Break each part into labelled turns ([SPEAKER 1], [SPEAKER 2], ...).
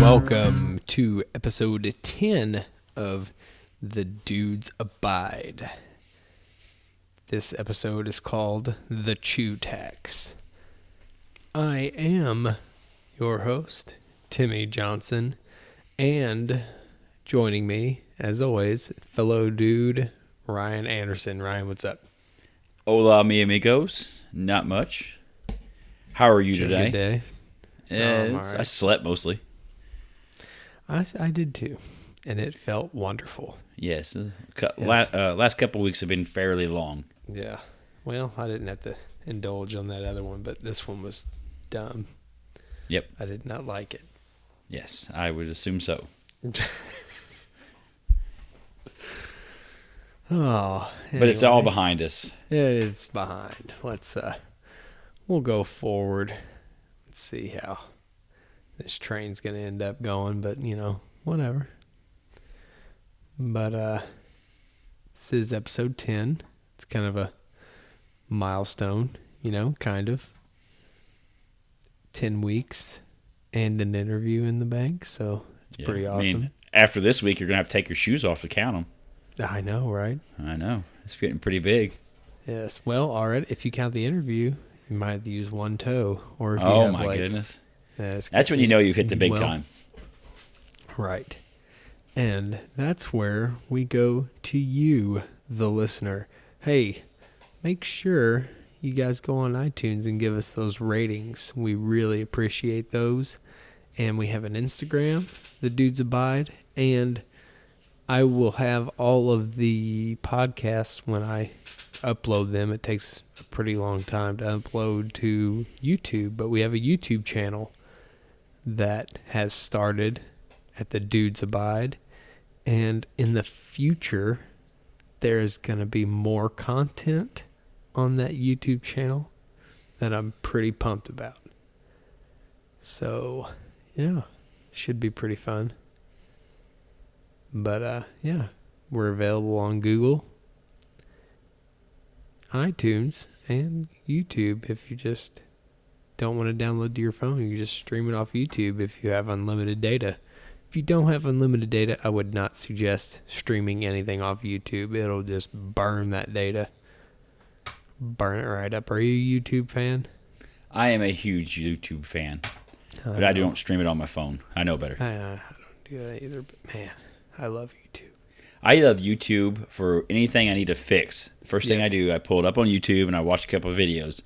[SPEAKER 1] Welcome to episode 10 of The Dudes Abide. This episode is called The Chew Tax. I am your host, Timmy Johnson, and joining me, as always, fellow dude Ryan Anderson. Ryan, what's up?
[SPEAKER 2] Hola, mi amigos. Not much. How are you
[SPEAKER 1] Did you have a
[SPEAKER 2] today?
[SPEAKER 1] Good day.
[SPEAKER 2] Eh,
[SPEAKER 1] I'm all right.
[SPEAKER 2] I slept mostly.
[SPEAKER 1] I, s- I did too, and it felt wonderful.
[SPEAKER 2] Yes. uh, cu-
[SPEAKER 1] Yes.
[SPEAKER 2] La- uh, last couple weeks have been fairly long.
[SPEAKER 1] Yeah. Well, I didn't have to indulge on that other one, but this one was dumb.
[SPEAKER 2] Yep.
[SPEAKER 1] I did not like
[SPEAKER 2] Yes, I would assume so.
[SPEAKER 1] it. oh.
[SPEAKER 2] But it's all
[SPEAKER 1] anyway.
[SPEAKER 2] behind us.
[SPEAKER 1] It's behind. Let's uh we'll go forward. Let's see how this train's gonna end up going, but you know, whatever. But uh this is episode ten. It's kind of a milestone, you know, kind of. Ten weeks and an interview in the bank, so it's
[SPEAKER 2] Yeah,
[SPEAKER 1] pretty
[SPEAKER 2] I mean,
[SPEAKER 1] awesome.
[SPEAKER 2] after this week, you're going to have to take your shoes off to count
[SPEAKER 1] I know, right?
[SPEAKER 2] them. I know. It's getting pretty big.
[SPEAKER 1] Yes. Well, all right. If you count the interview, you might have to use one toe. Or if you
[SPEAKER 2] Oh,
[SPEAKER 1] have,
[SPEAKER 2] my
[SPEAKER 1] like,
[SPEAKER 2] goodness.
[SPEAKER 1] Yeah,
[SPEAKER 2] That's when you know you've hit the big
[SPEAKER 1] well,
[SPEAKER 2] time.
[SPEAKER 1] Right. And that's where we go to you, the listener. Hey, make sure you guys go on iTunes and give us those ratings. We really appreciate those. And we have an Instagram, The Dudes Abide, and I will have all of the podcasts when I upload them. It takes a pretty long time to upload to YouTube, but we have a YouTube channel that has started at the Dudes Abide. And in the future, there's going to be more content on that YouTube channel that I'm pretty pumped about. So, yeah, should be pretty fun. But, uh, yeah, we're available on Google, iTunes, and YouTube if you just don't want to download to your phone. You can just stream it off YouTube if you have unlimited data. If you don't have unlimited data, I would not suggest streaming anything off YouTube. It'll just burn that data. Burn it right up. Are you a YouTube fan?
[SPEAKER 2] I am a huge YouTube fan, but
[SPEAKER 1] Uh-huh.
[SPEAKER 2] I don't stream it on my phone. I know better.
[SPEAKER 1] I, I don't do that either, but man, I love YouTube.
[SPEAKER 2] I love YouTube for anything I need to fix. The first thing
[SPEAKER 1] Yes.
[SPEAKER 2] I do, I pull it up on YouTube and I watch a couple of videos.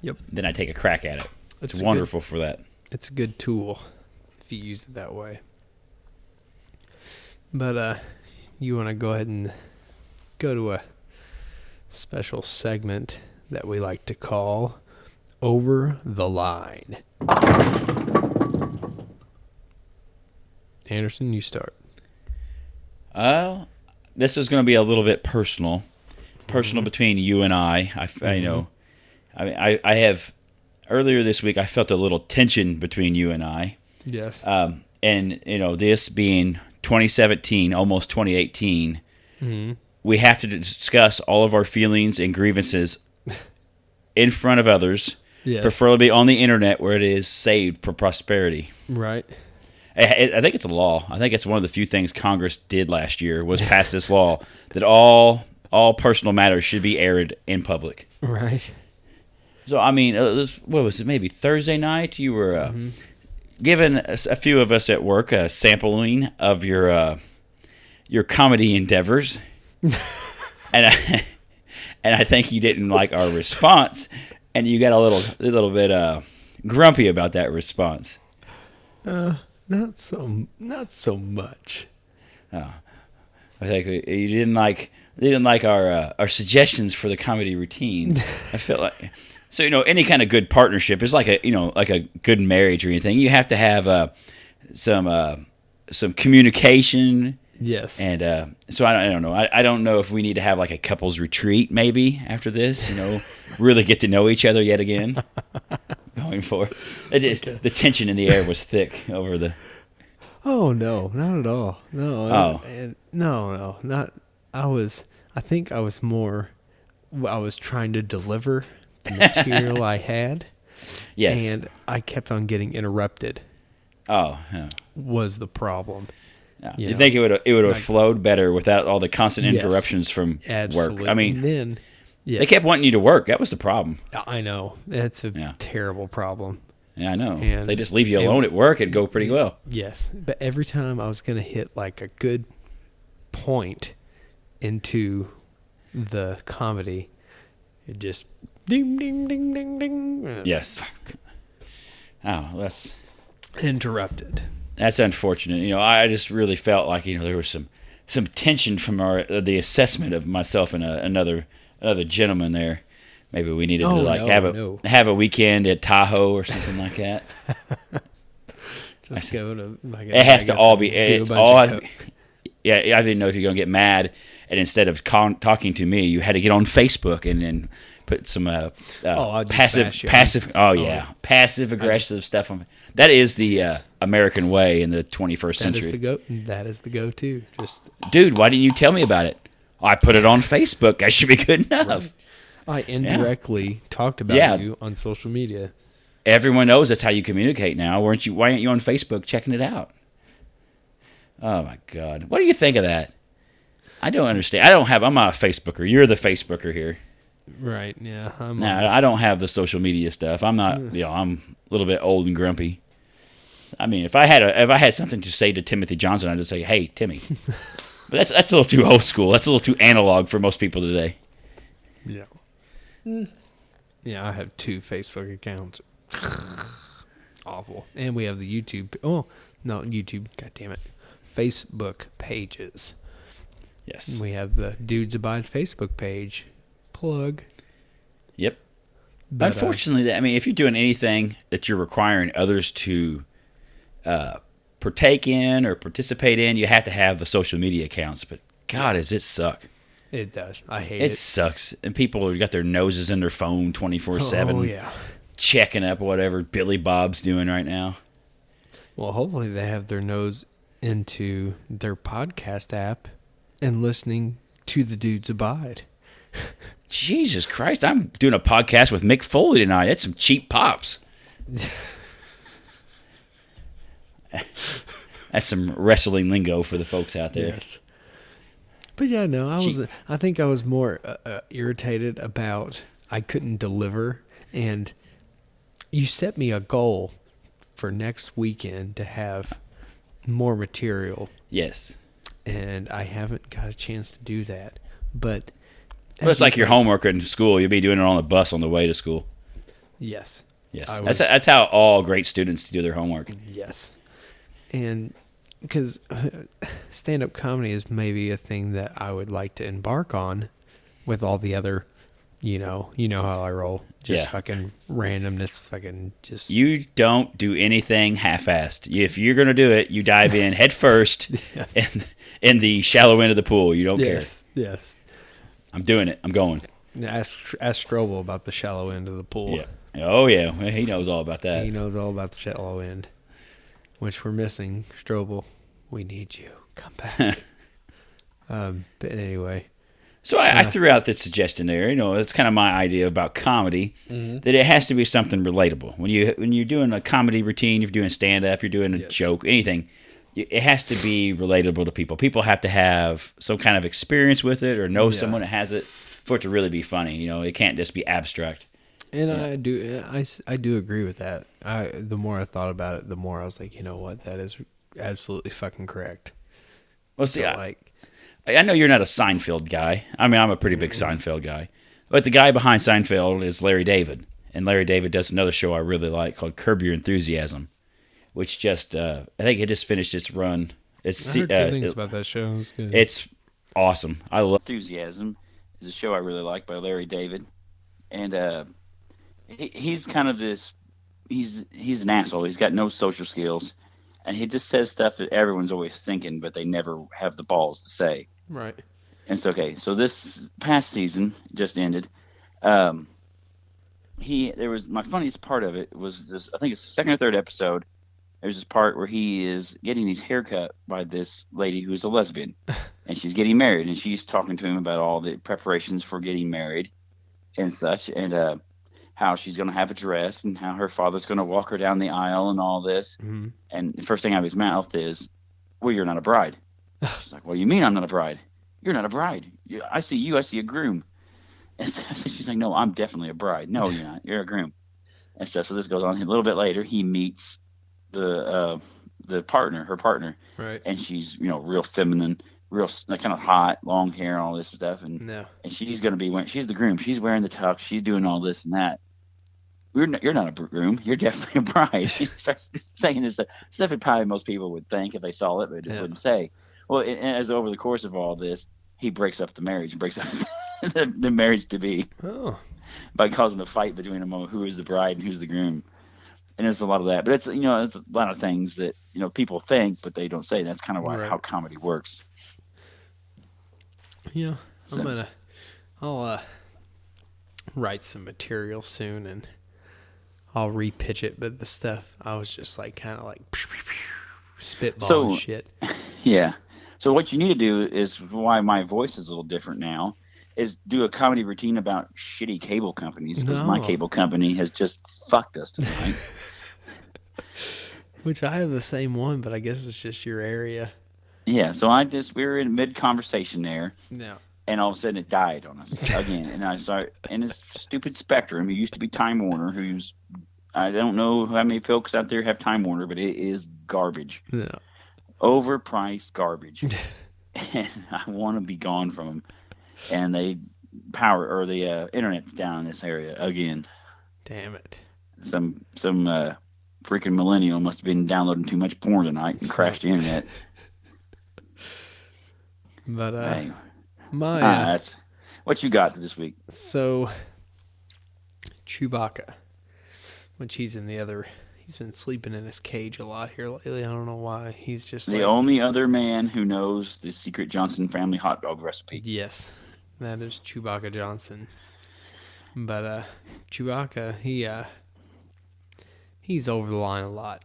[SPEAKER 1] Yep.
[SPEAKER 2] Then I take a crack at it.
[SPEAKER 1] It's
[SPEAKER 2] It's,
[SPEAKER 1] a good-
[SPEAKER 2] wonderful for that.
[SPEAKER 1] it's a good tool if you use it that way. But uh, you want to go ahead and go to a special segment that we like to call Over the Line. Anderson, you start.
[SPEAKER 2] Uh, this is going to be a little bit personal,
[SPEAKER 1] Mm-hmm.
[SPEAKER 2] personal between you and I. I, f- I know. I, mean, I I have earlier this week. I felt a little tension between you and I.
[SPEAKER 1] Yes.
[SPEAKER 2] Um, and you know, this being 2017, almost 2018,
[SPEAKER 1] mm-hmm.
[SPEAKER 2] we have to discuss all of our feelings and grievances in front of others,
[SPEAKER 1] Yes.
[SPEAKER 2] preferably on the internet where it is saved for prosperity.
[SPEAKER 1] right.
[SPEAKER 2] I- I I think it's a law. I think it's one of the few things Congress did last year was pass this law that all all personal matters should be aired in public.
[SPEAKER 1] Right.
[SPEAKER 2] So I mean, uh, this, what was it? Maybe Thursday night you were uh, giving us, a few of us at work a sampling of your uh, your comedy endeavors, and I, and I think you didn't like our response, and you got a little a little bit uh, grumpy about that response.
[SPEAKER 1] Not so. Not so much.
[SPEAKER 2] I think we- you didn't like they didn't like our uh, our suggestions for the comedy routine. I feel like so you know any kind of good partnership is like a you know like a good marriage or anything. You have to have uh, some uh, some communication
[SPEAKER 1] Yes.
[SPEAKER 2] and uh, so I don't, I don't know. I, I don't know if we need to have like a couples retreat maybe after this. You know, really get to know each other yet again. Going for it is, the tension in the air was thick over the
[SPEAKER 1] Oh no, not at all. No.
[SPEAKER 2] Oh.
[SPEAKER 1] and- no, no, not. I was. I think I was more. I was trying to deliver the material I had,
[SPEAKER 2] yes.
[SPEAKER 1] and I kept on getting interrupted.
[SPEAKER 2] Oh, yeah.
[SPEAKER 1] was the problem.
[SPEAKER 2] yeah.
[SPEAKER 1] You
[SPEAKER 2] you
[SPEAKER 1] know,
[SPEAKER 2] think it would it would have
[SPEAKER 1] like-
[SPEAKER 2] flowed better without all the constant
[SPEAKER 1] Yes.
[SPEAKER 2] interruptions from
[SPEAKER 1] Absolutely.
[SPEAKER 2] work? I mean,
[SPEAKER 1] and then yeah,
[SPEAKER 2] they kept wanting you to work. That was the problem.
[SPEAKER 1] I know that's a
[SPEAKER 2] Yeah.
[SPEAKER 1] terrible problem.
[SPEAKER 2] Yeah, I know.
[SPEAKER 1] And-
[SPEAKER 2] they just leave you
[SPEAKER 1] and-
[SPEAKER 2] alone at work. It'd go pretty well.
[SPEAKER 1] Yes, but every time I was going to hit like a good point into the comedy, it just ding ding ding ding ding. uh,
[SPEAKER 2] Yes. Oh, that's
[SPEAKER 1] interrupted.
[SPEAKER 2] that's unfortunate. You know, I I just really felt like you know there was some some tension from our uh, the assessment of myself and uh another another gentleman there. Maybe we needed
[SPEAKER 1] Oh,
[SPEAKER 2] to like
[SPEAKER 1] no,
[SPEAKER 2] have a
[SPEAKER 1] no.
[SPEAKER 2] have a weekend at Tahoe or something like that.
[SPEAKER 1] Just go to like
[SPEAKER 2] It has to all be. It's all. has to be- yeah, yeah, I didn't know if you're gonna get mad, and instead of con- talking to me, you had to get on Facebook and then put some uh, uh,
[SPEAKER 1] Oh, I'd just
[SPEAKER 2] passive,
[SPEAKER 1] bash you.
[SPEAKER 2] passive. Oh yeah, passive aggressive stuff. On that is the uh, American way in the 21st
[SPEAKER 1] That is the
[SPEAKER 2] century,
[SPEAKER 1] go. That is the go-to. Just
[SPEAKER 2] dude. Why didn't you tell me about it? I put it on Facebook. That should be good enough.
[SPEAKER 1] I indirectly talked about
[SPEAKER 2] Oh, Yeah.
[SPEAKER 1] you on social media.
[SPEAKER 2] Everyone knows that's how you communicate now. Weren't you? Why aren't you on Facebook checking it out? Oh my God! What do you think of that? I don't understand. I don't have. I'm not a Facebooker. You're the Facebooker here.
[SPEAKER 1] Right. Yeah. I'm
[SPEAKER 2] No, I don't have the social media stuff. I'm not. You know, I'm a little bit old and grumpy. I mean, if I had a, if I had something to say to Timothy Johnson, I'd just say, "Hey, Timmy." but that's that's a little too old school. That's a little too analog for most people today.
[SPEAKER 1] Yeah. Yeah, I have two Facebook accounts. Awful. And we have the YouTube. Oh, no, YouTube. God damn it. Facebook pages.
[SPEAKER 2] Yes.
[SPEAKER 1] We have the Dudes Abide Facebook page. Plug.
[SPEAKER 2] Yep.
[SPEAKER 1] But, uh,
[SPEAKER 2] Unfortunately, that I mean, if you're doing anything that you're requiring others to uh, partake in or participate in, you have to have the social media accounts. But God, does it suck?
[SPEAKER 1] It does. I hate
[SPEAKER 2] It
[SPEAKER 1] it.
[SPEAKER 2] sucks, and people have got their noses in their phone twenty four
[SPEAKER 1] Oh,
[SPEAKER 2] seven,
[SPEAKER 1] yeah.
[SPEAKER 2] checking up whatever Billy Bob's doing right now.
[SPEAKER 1] Well, hopefully they have their nose into their podcast app and listening to the Dudes Abide.
[SPEAKER 2] Jesus Christ, I'm doing a podcast with Mick Foley tonight. That's some cheap pops. That's some wrestling lingo for the folks out there.
[SPEAKER 1] But yeah, no, I was.
[SPEAKER 2] Cheap.
[SPEAKER 1] I think I was more uh, uh, irritated about I couldn't deliver, and you set me a goal for next weekend to have more material,
[SPEAKER 2] Yes.
[SPEAKER 1] and I haven't got a chance to do that. But
[SPEAKER 2] Well, it's like your
[SPEAKER 1] home.
[SPEAKER 2] homework in school. You'll be doing it on the bus on the way to school.
[SPEAKER 1] Yes.
[SPEAKER 2] Yes,
[SPEAKER 1] I
[SPEAKER 2] that's
[SPEAKER 1] was-
[SPEAKER 2] that's how all great students do their homework.
[SPEAKER 1] Yes. And because stand up comedy is maybe a thing that I would like to embark on with all the other, you know, you know how I roll. Just
[SPEAKER 2] Yeah.
[SPEAKER 1] fucking randomness, fucking just.
[SPEAKER 2] You don't do anything half-assed. If you're gonna do it, you dive in head first
[SPEAKER 1] Yes.
[SPEAKER 2] in, in the shallow end of the pool. You don't care.
[SPEAKER 1] yes. Yes.
[SPEAKER 2] I'm doing it. I'm going.
[SPEAKER 1] Now, Ask, ask Strobel about the shallow end of the pool.
[SPEAKER 2] Yeah. Oh yeah. Well, He knows all about that.
[SPEAKER 1] He knows all about the shallow end, which we're missing. Strobel, we need you. Come back. um, but anyway.
[SPEAKER 2] So I, I threw out this suggestion there. You know, that's kind of my idea about comedy
[SPEAKER 1] Mm-hmm.
[SPEAKER 2] that it has to be something relatable. When you when you're doing a comedy routine, you're doing stand up, you're doing a
[SPEAKER 1] Yes.
[SPEAKER 2] joke, anything. y- It has to be relatable to people. People have to have some kind of experience with it or know
[SPEAKER 1] Yeah.
[SPEAKER 2] someone that has it for it to really be funny. You know, it can't just be abstract.
[SPEAKER 1] And I do, eh, I, s- I do agree with that. I the more I thought about it, the more I was like, you know what, that is absolutely fucking correct.
[SPEAKER 2] Well, see,
[SPEAKER 1] So
[SPEAKER 2] I-
[SPEAKER 1] like,
[SPEAKER 2] I I know you're not a Seinfeld guy. I mean, I'm a pretty big
[SPEAKER 1] Mm-hmm.
[SPEAKER 2] Seinfeld guy. But the guy behind Seinfeld is Larry David. And Larry David does another show I really like called Curb Your Enthusiasm, which just, uh, I think it just finished its run. It's,
[SPEAKER 1] I
[SPEAKER 2] se-
[SPEAKER 1] heard good
[SPEAKER 2] uh,
[SPEAKER 1] things
[SPEAKER 2] it-
[SPEAKER 1] about that show. It was good.
[SPEAKER 2] it's awesome. I love Enthusiasm is a show I really like by Larry David. And uh, he, he's kind of this, he's, he's an asshole. He's got no social skills. And he just says stuff that everyone's always thinking, but they never have the balls to say.
[SPEAKER 1] right.
[SPEAKER 2] And it's okay. So this past season just ended. Um, he there was my funniest part of it was this. I think it's the second or third episode. There's this part where he is getting his haircut by this lady who's a lesbian, and she's getting married, and she's talking to him about all the preparations for getting married, and such, and uh, how she's going to have a dress and how her father's going to walk her down the aisle and all this.
[SPEAKER 1] hmm
[SPEAKER 2] And the first thing out of his mouth is, "Well, you're not a bride." She's like, "What do you mean I'm not a bride? You're not a bride. You, I see you. I see a groom." And so she's like, "No, I'm definitely a bride. No, you're not. You're a groom." And so, so this goes on. A little bit later, he meets the uh, the partner, her partner,
[SPEAKER 1] Right.
[SPEAKER 2] and she's you know real feminine, real s- like, kind of hot, long hair, and all this stuff, and
[SPEAKER 1] No.
[SPEAKER 2] and she's gonna be wearing. She's the groom. She's wearing the tux. She's doing all this and that. You're not, you're not a groom. You're definitely a bride. She starts saying this stuff, stuff that probably most people would think if they saw it, but
[SPEAKER 1] Yeah.
[SPEAKER 2] it wouldn't say. Well, and and as over the course of all this, he breaks up the marriage, breaks up the, the marriage to be
[SPEAKER 1] Oh.
[SPEAKER 2] by causing a fight between them on who is the bride and who's the groom. And it's a lot of that, but it's you know it's a lot of things that you know people think, but they don't say. That's kind of why
[SPEAKER 1] Right.
[SPEAKER 2] how comedy works.
[SPEAKER 1] Yeah. I'm
[SPEAKER 2] So-
[SPEAKER 1] gonna. I'll uh, write some material soon and I'll repitch it. But the stuff I was just like kind of like spitball
[SPEAKER 2] So-
[SPEAKER 1] shit.
[SPEAKER 2] Yeah. So what you need to do is why my voice is a little different now is do a comedy routine about shitty cable companies because my
[SPEAKER 1] No.
[SPEAKER 2] cable company has just fucked us tonight.
[SPEAKER 1] Which I have the same one, but I guess it's just your area.
[SPEAKER 2] yeah. So I just we were in mid conversation there.
[SPEAKER 1] No.
[SPEAKER 2] and all of a sudden it died on us again. and I saw and this stupid Spectrum, who used to be Time Warner, who's I don't know how many folks out there have Time Warner, but it is garbage,
[SPEAKER 1] No.
[SPEAKER 2] overpriced garbage, and I want to be gone from them. And they power or the uh, internet's down in this area again.
[SPEAKER 1] Damn it.
[SPEAKER 2] Some some uh, freaking millennial must have been downloading too much porn tonight and crashed the internet.
[SPEAKER 1] But uh,
[SPEAKER 2] Anyway,
[SPEAKER 1] my
[SPEAKER 2] ah,
[SPEAKER 1] uh,
[SPEAKER 2] that's what you got this week.
[SPEAKER 1] So, Chewbacca, which he's in the other, he's been sleeping in his cage a lot here lately. I don't know why. He's just
[SPEAKER 2] The
[SPEAKER 1] like,
[SPEAKER 2] only other man who knows the secret Johnson family hot dog recipe.
[SPEAKER 1] yes, that is Chewbacca Johnson. But uh, Chewbacca, he uh, he's over the line a lot.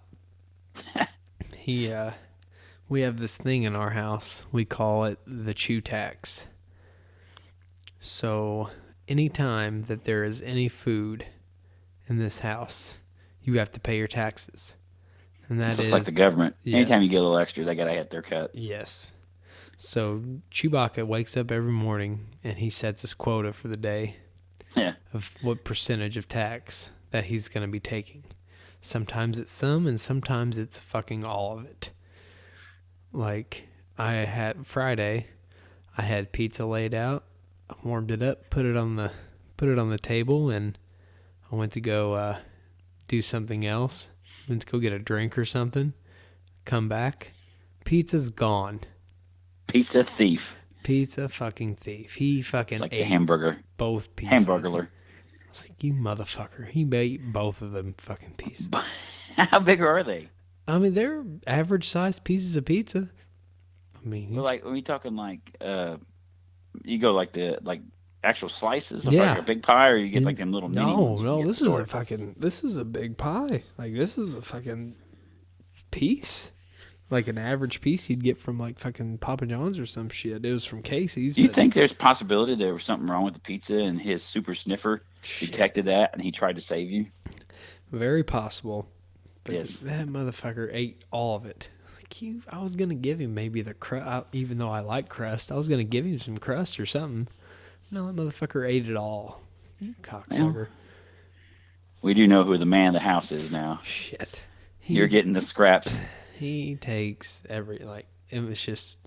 [SPEAKER 1] he uh, we have this thing in our house. We call it the chew tax. So, anytime that there is any food in this house, you have to pay your taxes. And that
[SPEAKER 2] It's
[SPEAKER 1] is
[SPEAKER 2] just like the government.
[SPEAKER 1] yeah.
[SPEAKER 2] Anytime you get a little extra, they gotta hit their cut.
[SPEAKER 1] yes. So, Chewbacca wakes up every morning and he sets his quota for the day
[SPEAKER 2] Yeah.
[SPEAKER 1] of what percentage of tax that he's going to be taking. Sometimes it's some and sometimes it's fucking all of it. Like I had Friday, I had pizza laid out, I warmed it up, put it on the put it on the table and I went to go uh, do something else. Went to go get a drink or something. Come back, pizza's gone.
[SPEAKER 2] Pizza thief.
[SPEAKER 1] Pizza fucking thief. He fucking
[SPEAKER 2] It's like the
[SPEAKER 1] ate
[SPEAKER 2] hamburger.
[SPEAKER 1] both pieces.
[SPEAKER 2] Hamburglar.
[SPEAKER 1] I was like, you motherfucker. He ate both of them fucking pieces.
[SPEAKER 2] How big are they?
[SPEAKER 1] I mean, they're average sized pieces of pizza. I mean,
[SPEAKER 2] Well, like are we talking like uh you go like the like actual slices of
[SPEAKER 1] Yeah.
[SPEAKER 2] like a big pie or you get
[SPEAKER 1] In-
[SPEAKER 2] like them little mini
[SPEAKER 1] no,
[SPEAKER 2] ones you
[SPEAKER 1] no,
[SPEAKER 2] get
[SPEAKER 1] this
[SPEAKER 2] at the
[SPEAKER 1] is a
[SPEAKER 2] store?
[SPEAKER 1] fucking, this is a big pie. Like, this is a fucking piece. Like an average piece you'd get from like fucking Papa John's or some shit. It was from Casey's.
[SPEAKER 2] Do you
[SPEAKER 1] but-
[SPEAKER 2] think there's possibility there was something wrong with the pizza and his super sniffer
[SPEAKER 1] Shit.
[SPEAKER 2] detected that and he tried to save you?
[SPEAKER 1] Very possible. But
[SPEAKER 2] Yes.
[SPEAKER 1] That motherfucker ate all of it. Like you, I was gonna give him maybe the crust, even though I like crust. I was gonna give him some crust or something. No, that motherfucker ate it all. You cocksucker.
[SPEAKER 2] We do know who the man of the house is now.
[SPEAKER 1] Shit. He,
[SPEAKER 2] You're getting the scraps.
[SPEAKER 1] he takes every like. It was just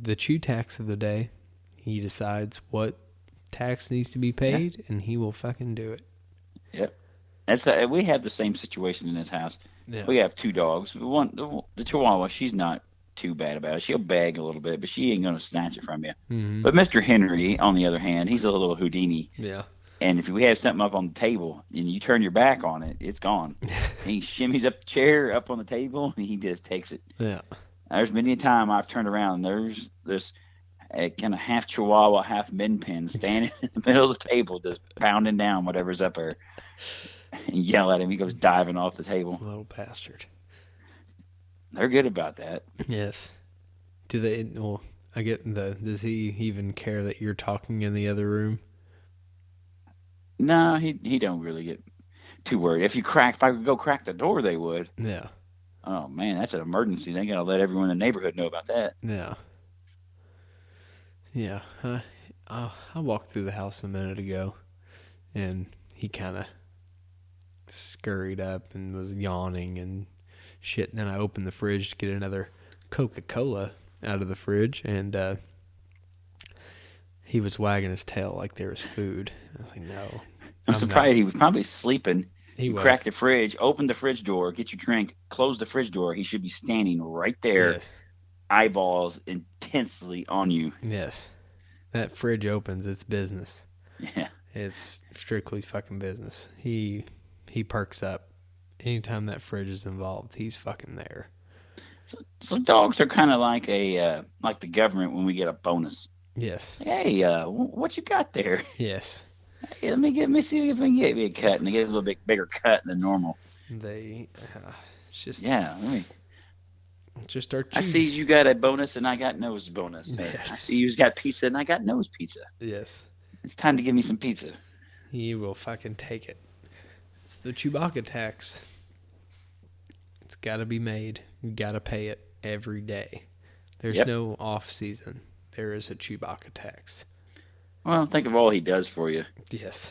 [SPEAKER 1] the chew tax of the day. He decides what tax needs to be paid, and he will fucking do it.
[SPEAKER 2] Yep. That's uh we have the same situation in this house.
[SPEAKER 1] Yeah.
[SPEAKER 2] We have two dogs. One, the, the Chihuahua, she's not too bad about it. She'll beg a little bit, but she ain't gonna snatch it from you.
[SPEAKER 1] Mhm.
[SPEAKER 2] But Mr. Henry, on the other hand, he's a little Houdini,
[SPEAKER 1] Yeah.
[SPEAKER 2] and if we have something up on the table and you turn your back on it, it's gone. he shimmies up the chair, up on the table, and he just takes it.
[SPEAKER 1] Yeah.
[SPEAKER 2] There's many a time I've turned around and there's this uh, kind of half Chihuahua, half min pin standing in the middle of the table, just pounding down whatever's up there. And yell at him. He goes diving off the table.
[SPEAKER 1] Little bastard.
[SPEAKER 2] They're good about that.
[SPEAKER 1] Yes. Do they? Well, I get the. Does he even care that you're talking in the other room?
[SPEAKER 2] No, he he don't really get too worried. If you crack, if I could go crack the door, they would.
[SPEAKER 1] Yeah.
[SPEAKER 2] Oh man, that's an emergency. They gotta let everyone in the neighborhood know about that.
[SPEAKER 1] Yeah. Yeah. I, I, I walked through the house a minute ago and he kind of scurried up and was yawning and shit. And then I opened the fridge to get another Coca Cola out of the fridge and uh, he was wagging his tail like there was food. I was like, no.
[SPEAKER 2] I'm,
[SPEAKER 1] not-
[SPEAKER 2] surprised he was probably sleeping.
[SPEAKER 1] He
[SPEAKER 2] You
[SPEAKER 1] was.
[SPEAKER 2] Crack the fridge, open the fridge door, get your drink, close the fridge door. He should be standing right there,
[SPEAKER 1] Yes.
[SPEAKER 2] eyeballs intensely on you.
[SPEAKER 1] Yes. That fridge opens. It's business.
[SPEAKER 2] Yeah.
[SPEAKER 1] It's strictly fucking business. He he perks up. Anytime that fridge is involved, he's fucking there.
[SPEAKER 2] So, so dogs are kind of like a uh, like the government when we get a bonus.
[SPEAKER 1] Yes.
[SPEAKER 2] Hey, uh, wh- what you got there?
[SPEAKER 1] Yes.
[SPEAKER 2] Hey, let me get, let me see if I can get me a cut, and they get a little bit bigger cut than normal.
[SPEAKER 1] They uh, it's just
[SPEAKER 2] Yeah, let me.
[SPEAKER 1] just start
[SPEAKER 2] I see you got a bonus, and I got nose bonus. Uh, I
[SPEAKER 1] Yes.
[SPEAKER 2] see you got pizza, and I got nose pizza.
[SPEAKER 1] Yes.
[SPEAKER 2] It's time to give me some pizza.
[SPEAKER 1] He will fucking take it. It's the Chewbacca tax. It's got to be made. You got to pay it every day. There's
[SPEAKER 2] Yep.
[SPEAKER 1] no off season. There is a Chewbacca tax.
[SPEAKER 2] Well, think of all he does for you.
[SPEAKER 1] Yes.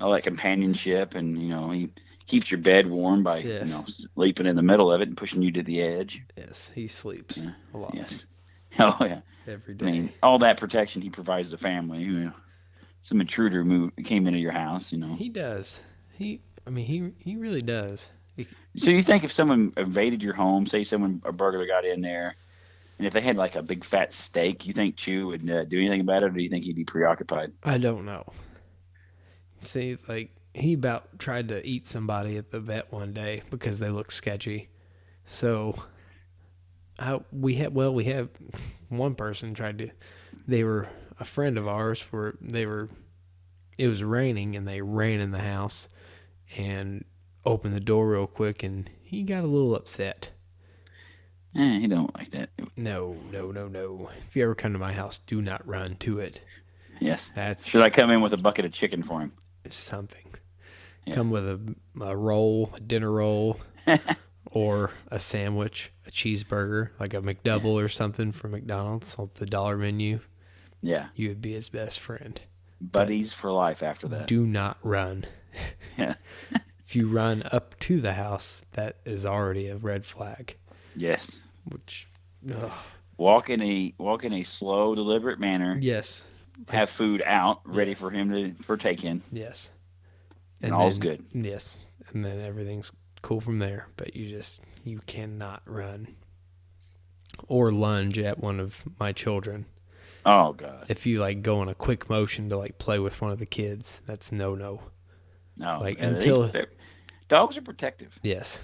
[SPEAKER 2] all that companionship and you know he keeps your bed warm by
[SPEAKER 1] Yes.
[SPEAKER 2] you know sleeping in the middle of it and pushing you to the edge
[SPEAKER 1] Yes. He sleeps
[SPEAKER 2] Yeah.
[SPEAKER 1] a lot
[SPEAKER 2] yes oh yeah
[SPEAKER 1] every
[SPEAKER 2] i
[SPEAKER 1] day.
[SPEAKER 2] mean all that protection he provides the family you know some intruder moved, came into your house you know
[SPEAKER 1] He does. He, I mean, he he really does.
[SPEAKER 2] so you think if someone invaded your home say someone a burglar got in there and if they had like a big fat steak you think chew would uh, do anything about it or do you think he'd be preoccupied
[SPEAKER 1] I don't know. See, like he about tried to eat somebody at the vet one day because they looked sketchy. So, I we had well we had one person tried to. They were a friend of ours. Were they were. It was raining and they ran in the house, and opened the door real quick and he got a little upset.
[SPEAKER 2] eh, he don't like that
[SPEAKER 1] No, no, no, no. If you ever come to my house, do not run to it.
[SPEAKER 2] yes
[SPEAKER 1] That's
[SPEAKER 2] should i come in with a bucket of chicken for him
[SPEAKER 1] something.
[SPEAKER 2] Yeah.
[SPEAKER 1] Come with a, a roll, a dinner roll, or a sandwich, a cheeseburger, like a McDouble or something from McDonald's on the dollar menu.
[SPEAKER 2] yeah
[SPEAKER 1] You would be his best friend.
[SPEAKER 2] buddies for life after that
[SPEAKER 1] Do not run.
[SPEAKER 2] yeah
[SPEAKER 1] If you run up to the house, that is already a red flag.
[SPEAKER 2] yes
[SPEAKER 1] Which, ugh.
[SPEAKER 2] walk in a walk in a slow, deliberate manner.
[SPEAKER 1] yes,
[SPEAKER 2] Have food out, ready
[SPEAKER 1] Yes.
[SPEAKER 2] for him to partake in.
[SPEAKER 1] yes,
[SPEAKER 2] And all's
[SPEAKER 1] then-
[SPEAKER 2] good.
[SPEAKER 1] Yes, and then everything's cool from there. But you just you cannot run or lunge at one of my children.
[SPEAKER 2] Oh God,
[SPEAKER 1] if you like go in a quick motion to like play with one of the kids, that's no no.
[SPEAKER 2] no!
[SPEAKER 1] Like,
[SPEAKER 2] at least
[SPEAKER 1] until-
[SPEAKER 2] they're- dogs are protective.
[SPEAKER 1] Yes.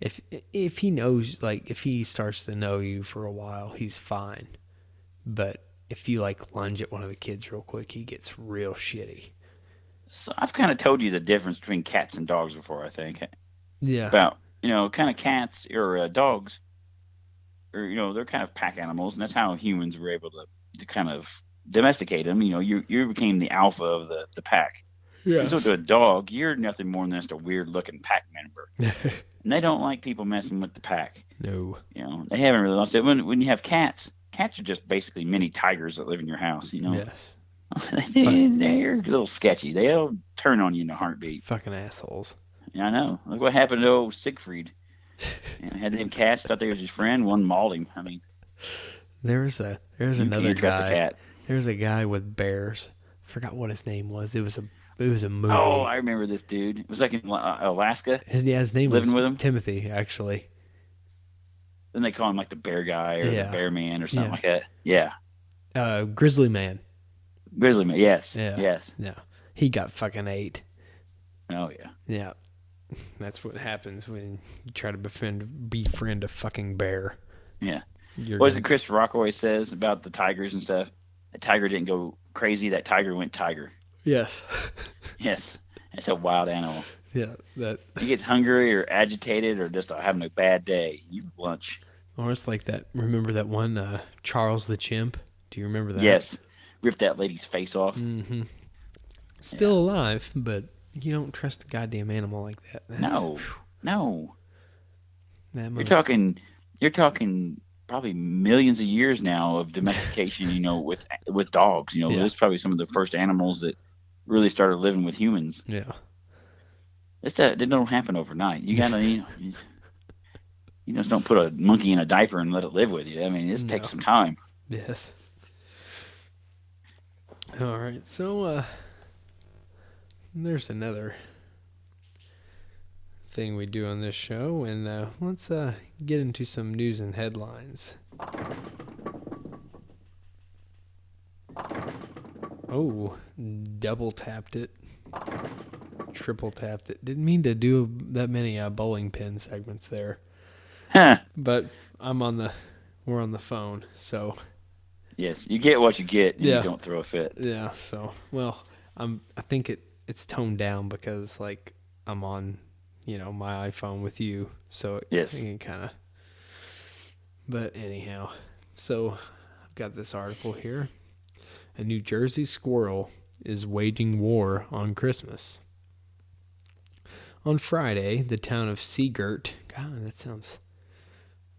[SPEAKER 1] If if he knows like if he starts to know you for a while, he's fine. But if you like lunge at one of the kids real quick, he gets real shitty.
[SPEAKER 2] So I've kind of told you the difference between cats and dogs before. I
[SPEAKER 1] Uh-huh.
[SPEAKER 2] think
[SPEAKER 1] Yeah.
[SPEAKER 2] about you know kind of cats or uh, dogs, or you know they're kind of pack animals, and that's how humans were able to, to kind of domesticate them. You know, you you became the alpha of the the pack.
[SPEAKER 1] Yeah.
[SPEAKER 2] So to a dog, you're nothing more than just a weird looking pack member, and they don't like people messing with the pack.
[SPEAKER 1] no.
[SPEAKER 2] you know they haven't really lost it when, when you have cats cats are just basically mini tigers that live in your house you know
[SPEAKER 1] Yes.
[SPEAKER 2] they, they're a little sketchy they'll turn on you in a heartbeat
[SPEAKER 1] Fucking assholes.
[SPEAKER 2] yeah, i know look what happened to old siegfried and had them cats thought they was his friend one mauled him i mean
[SPEAKER 1] There's a there's
[SPEAKER 2] you
[SPEAKER 1] another
[SPEAKER 2] can't trust a
[SPEAKER 1] guy.
[SPEAKER 2] cat
[SPEAKER 1] There's a guy with bears. Forgot what his name was. It was a it was a movie.
[SPEAKER 2] oh i remember this dude it was like in La- alaska
[SPEAKER 1] his, yeah, his name
[SPEAKER 2] Living
[SPEAKER 1] was
[SPEAKER 2] with 'em?
[SPEAKER 1] Timothy actually.
[SPEAKER 2] then they call him like the bear guy or
[SPEAKER 1] Yeah.
[SPEAKER 2] the bear man or something
[SPEAKER 1] Yeah.
[SPEAKER 2] like that yeah
[SPEAKER 1] Uh, Grizzly Man.
[SPEAKER 2] grizzly man yes
[SPEAKER 1] Yeah.
[SPEAKER 2] yes
[SPEAKER 1] Yeah. He got fucking eight.
[SPEAKER 2] oh yeah
[SPEAKER 1] Yeah. That's what happens when you try to befriend befriend a fucking bear.
[SPEAKER 2] Yeah.
[SPEAKER 1] You're
[SPEAKER 2] What is it
[SPEAKER 1] gonna-
[SPEAKER 2] Chris Rock always says about the tigers and stuff? That tiger didn't go crazy. That tiger went tiger.
[SPEAKER 1] Yes.
[SPEAKER 2] Yes, it's a wild animal.
[SPEAKER 1] yeah. That
[SPEAKER 2] He gets hungry or agitated or just having a bad day. You lunch.
[SPEAKER 1] almost like that remember that one uh Charles the Chimp? Do you remember that? Mm.
[SPEAKER 2] Yes, rip that lady's face off.
[SPEAKER 1] hmm Still alive, but You don't trust a goddamn animal like that. That's,
[SPEAKER 2] No, no.
[SPEAKER 1] That
[SPEAKER 2] You're
[SPEAKER 1] mother-
[SPEAKER 2] talking, you're talking probably millions of years now of domestication. You know, with with dogs. You know,
[SPEAKER 1] Yeah.
[SPEAKER 2] those probably some of the first animals that really started living with humans.
[SPEAKER 1] yeah.
[SPEAKER 2] It's that that don't happen overnight. You gotta, you know, you just- you just don't put a monkey in a diaper and let it live with you. I mean, it takes
[SPEAKER 1] No.
[SPEAKER 2] some time.
[SPEAKER 1] Yes. All right. So uh there's another thing we do on this show and uh let's uh get into some news and headlines. Oh, double tapped it. Triple tapped it. Didn't mean to do that many uh, bowling pin segments there,
[SPEAKER 2] Huh.
[SPEAKER 1] but I'm on the we're on the phone, so
[SPEAKER 2] yes, you get what you get, and
[SPEAKER 1] Yeah.
[SPEAKER 2] you don't throw a fit.
[SPEAKER 1] Yeah. So, well, I'm. I think it it's toned down because like I'm on, you know, my iPhone with you, so it,
[SPEAKER 2] Yes.
[SPEAKER 1] it kind of. But anyhow, so I've got this article here. A New Jersey squirrel is waging war on Christmas. On Friday, the town of Seagirt. God, that sounds.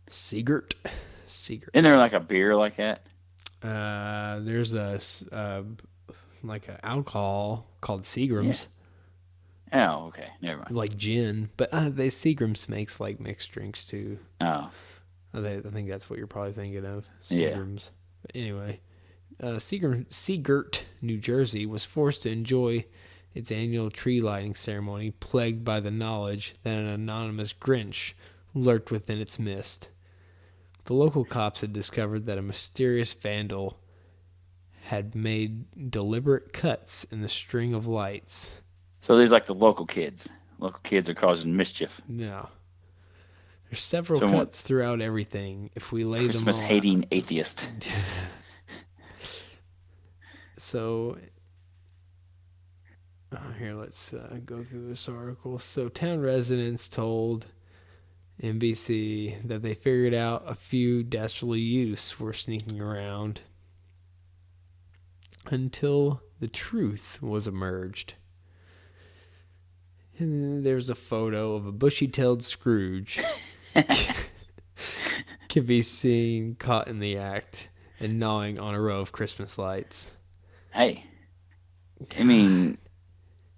[SPEAKER 1] Seagirt, Seagirt.
[SPEAKER 2] Isn't there like a beer like that?
[SPEAKER 1] Uh, there's a s- uh, like an alcohol called Seagram's,
[SPEAKER 2] Oh, okay, never mind.
[SPEAKER 1] like gin, but uh, they Seagram's makes like mixed drinks too.
[SPEAKER 2] Oh,
[SPEAKER 1] Uh, they- I think that's what you're probably thinking of.
[SPEAKER 2] Yeah.
[SPEAKER 1] Seagram's. But anyway, uh, Seagram, Seagirt, New Jersey, was forced to enjoy its annual tree lighting ceremony, plagued by the knowledge that an anonymous Grinch lurked within its midst. The local cops had discovered that a mysterious vandal had made deliberate cuts in the string of lights.
[SPEAKER 2] so there's like the local kids. Local kids are causing mischief.
[SPEAKER 1] No. There's several
[SPEAKER 2] So what-
[SPEAKER 1] cuts throughout everything. If we lay
[SPEAKER 2] Christmas
[SPEAKER 1] them all out-
[SPEAKER 2] hating atheist.
[SPEAKER 1] So uh, here, let's uh, go through this article. So, town residents told NBC that they figured out a few dastardly youths were sneaking around until the truth was emerged. And there's a photo of a bushy-tailed Scrooge can be seen caught in the act and gnawing on a row of Christmas lights.
[SPEAKER 2] Hey, I mean,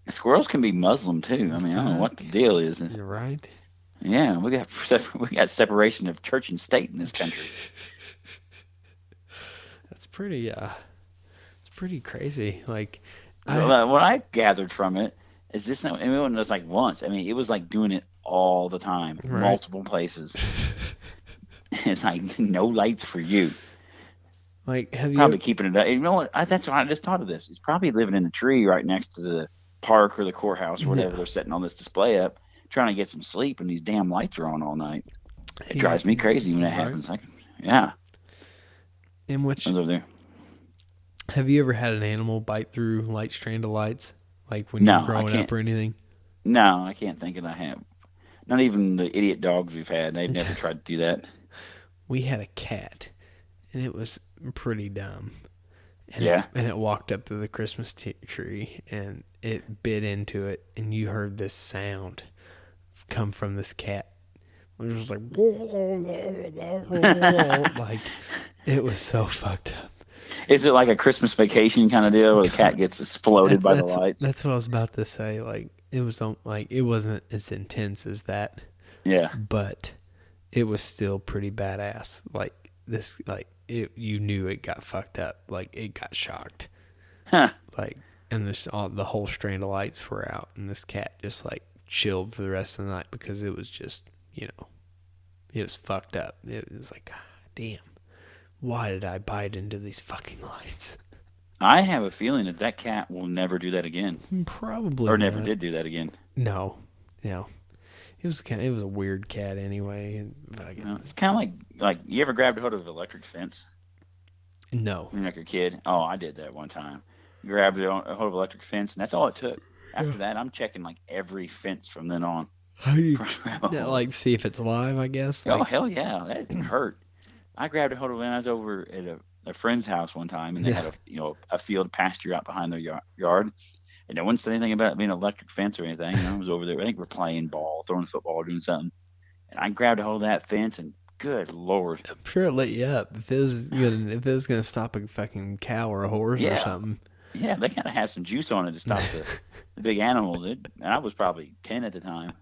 [SPEAKER 2] squirrels can be Muslim too. I mean, I don't know what the deal is.
[SPEAKER 1] You're right.
[SPEAKER 2] Yeah, we got we got separation of church and state in this country.
[SPEAKER 1] That's pretty. Uh, it's pretty crazy. Like, I,
[SPEAKER 2] So, uh, what I gathered from it is this. Not, I mean, it wasn't just like once. I mean, it was like doing it all the time,
[SPEAKER 1] Right.
[SPEAKER 2] multiple places. it's like no lights for you.
[SPEAKER 1] like have you?
[SPEAKER 2] Probably keeping it up. You know what? I, that's why I just thought of this. It's probably living in a tree right next to the park or the courthouse or whatever
[SPEAKER 1] Yeah.
[SPEAKER 2] they're setting all this display up, trying to get some sleep, and these damn lights are on all night. It
[SPEAKER 1] Yeah.
[SPEAKER 2] drives me crazy when that
[SPEAKER 1] Right.
[SPEAKER 2] happens. Like, yeah,
[SPEAKER 1] in which
[SPEAKER 2] I was over there.
[SPEAKER 1] have you ever had an animal bite through light strand of lights? Like when
[SPEAKER 2] No,
[SPEAKER 1] you're
[SPEAKER 2] I
[SPEAKER 1] growing up
[SPEAKER 2] can't.
[SPEAKER 1] or anything?
[SPEAKER 2] No, I can't think of I have. Not even the idiot dogs we've had. They've never tried to do that.
[SPEAKER 1] We had a cat, and it was pretty dumb. And
[SPEAKER 2] Yeah.
[SPEAKER 1] It, and it walked up to the Christmas t- tree, and it bit into it, and you heard this sound come from this cat. It was like, like it was so fucked up.
[SPEAKER 2] Is it like a Christmas vacation kind of deal where the cat gets exploded by the
[SPEAKER 1] that's,
[SPEAKER 2] lights?
[SPEAKER 1] That's what I was about to say. Like it was on- like it wasn't as intense as that,
[SPEAKER 2] yeah.
[SPEAKER 1] but it was still pretty badass. Like this, like it, you knew it got fucked up. Like it got shocked.
[SPEAKER 2] Huh.
[SPEAKER 1] Like and this all the whole strand of lights were out, and this cat just like chilled for the rest of the night because it was just you know it was fucked up. It was like God damn. Why did I bite into these fucking lights?
[SPEAKER 2] I have a feeling that that cat will never do that again,
[SPEAKER 1] Probably
[SPEAKER 2] or never
[SPEAKER 1] not.
[SPEAKER 2] did do that again.
[SPEAKER 1] No, no. It was kind. It was a weird cat anyway. and
[SPEAKER 2] You
[SPEAKER 1] fucking-
[SPEAKER 2] know, it's kind of like like you ever grabbed a hold of an electric fence
[SPEAKER 1] No.
[SPEAKER 2] when you were like a kid? Oh, I did that one time. Grabbed a hold of electric fence, and that's all it took. After that, I'm checking like every fence from then on.
[SPEAKER 1] How do you
[SPEAKER 2] Grab a
[SPEAKER 1] yeah,
[SPEAKER 2] hold.
[SPEAKER 1] like see if it's alive? I guess.
[SPEAKER 2] Oh
[SPEAKER 1] Like,
[SPEAKER 2] hell yeah, that didn't hurt. I grabbed a hold of it when I was over at a, a friend's house one time, and they
[SPEAKER 1] Yeah.
[SPEAKER 2] had a you know a field pasture out behind their yard, yard, And no one said anything about it being an electric fence or anything. And I was over there. I think we're playing ball, throwing football, doing something. And I grabbed a hold of that fence and good lord.
[SPEAKER 1] I'm sure it lit you up. If it was gonna, if it was gonna stop a fucking cow or a horse or
[SPEAKER 2] Yeah.
[SPEAKER 1] something,
[SPEAKER 2] Yeah, they gotta have some juice on it to stop the, the big animals. It, and I was probably ten at the time.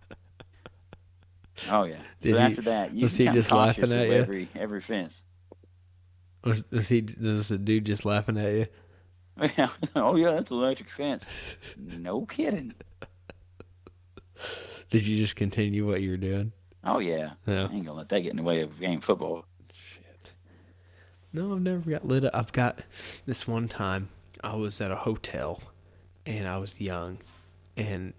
[SPEAKER 2] Oh yeah.
[SPEAKER 1] Did
[SPEAKER 2] so
[SPEAKER 1] he-
[SPEAKER 2] after that, you
[SPEAKER 1] was he
[SPEAKER 2] become
[SPEAKER 1] just laughing
[SPEAKER 2] cautious
[SPEAKER 1] at
[SPEAKER 2] of
[SPEAKER 1] you?
[SPEAKER 2] every every fence.
[SPEAKER 1] was, was he was the dude just laughing at you?
[SPEAKER 2] oh yeah, that's an electric fence. No kidding.
[SPEAKER 1] Did you just continue what you were doing?
[SPEAKER 2] Oh yeah. I
[SPEAKER 1] No.
[SPEAKER 2] ain't gonna let that get in the way of game football.
[SPEAKER 1] Shit. No, I've never got lit up. I've got this one time I was at a hotel and I was young and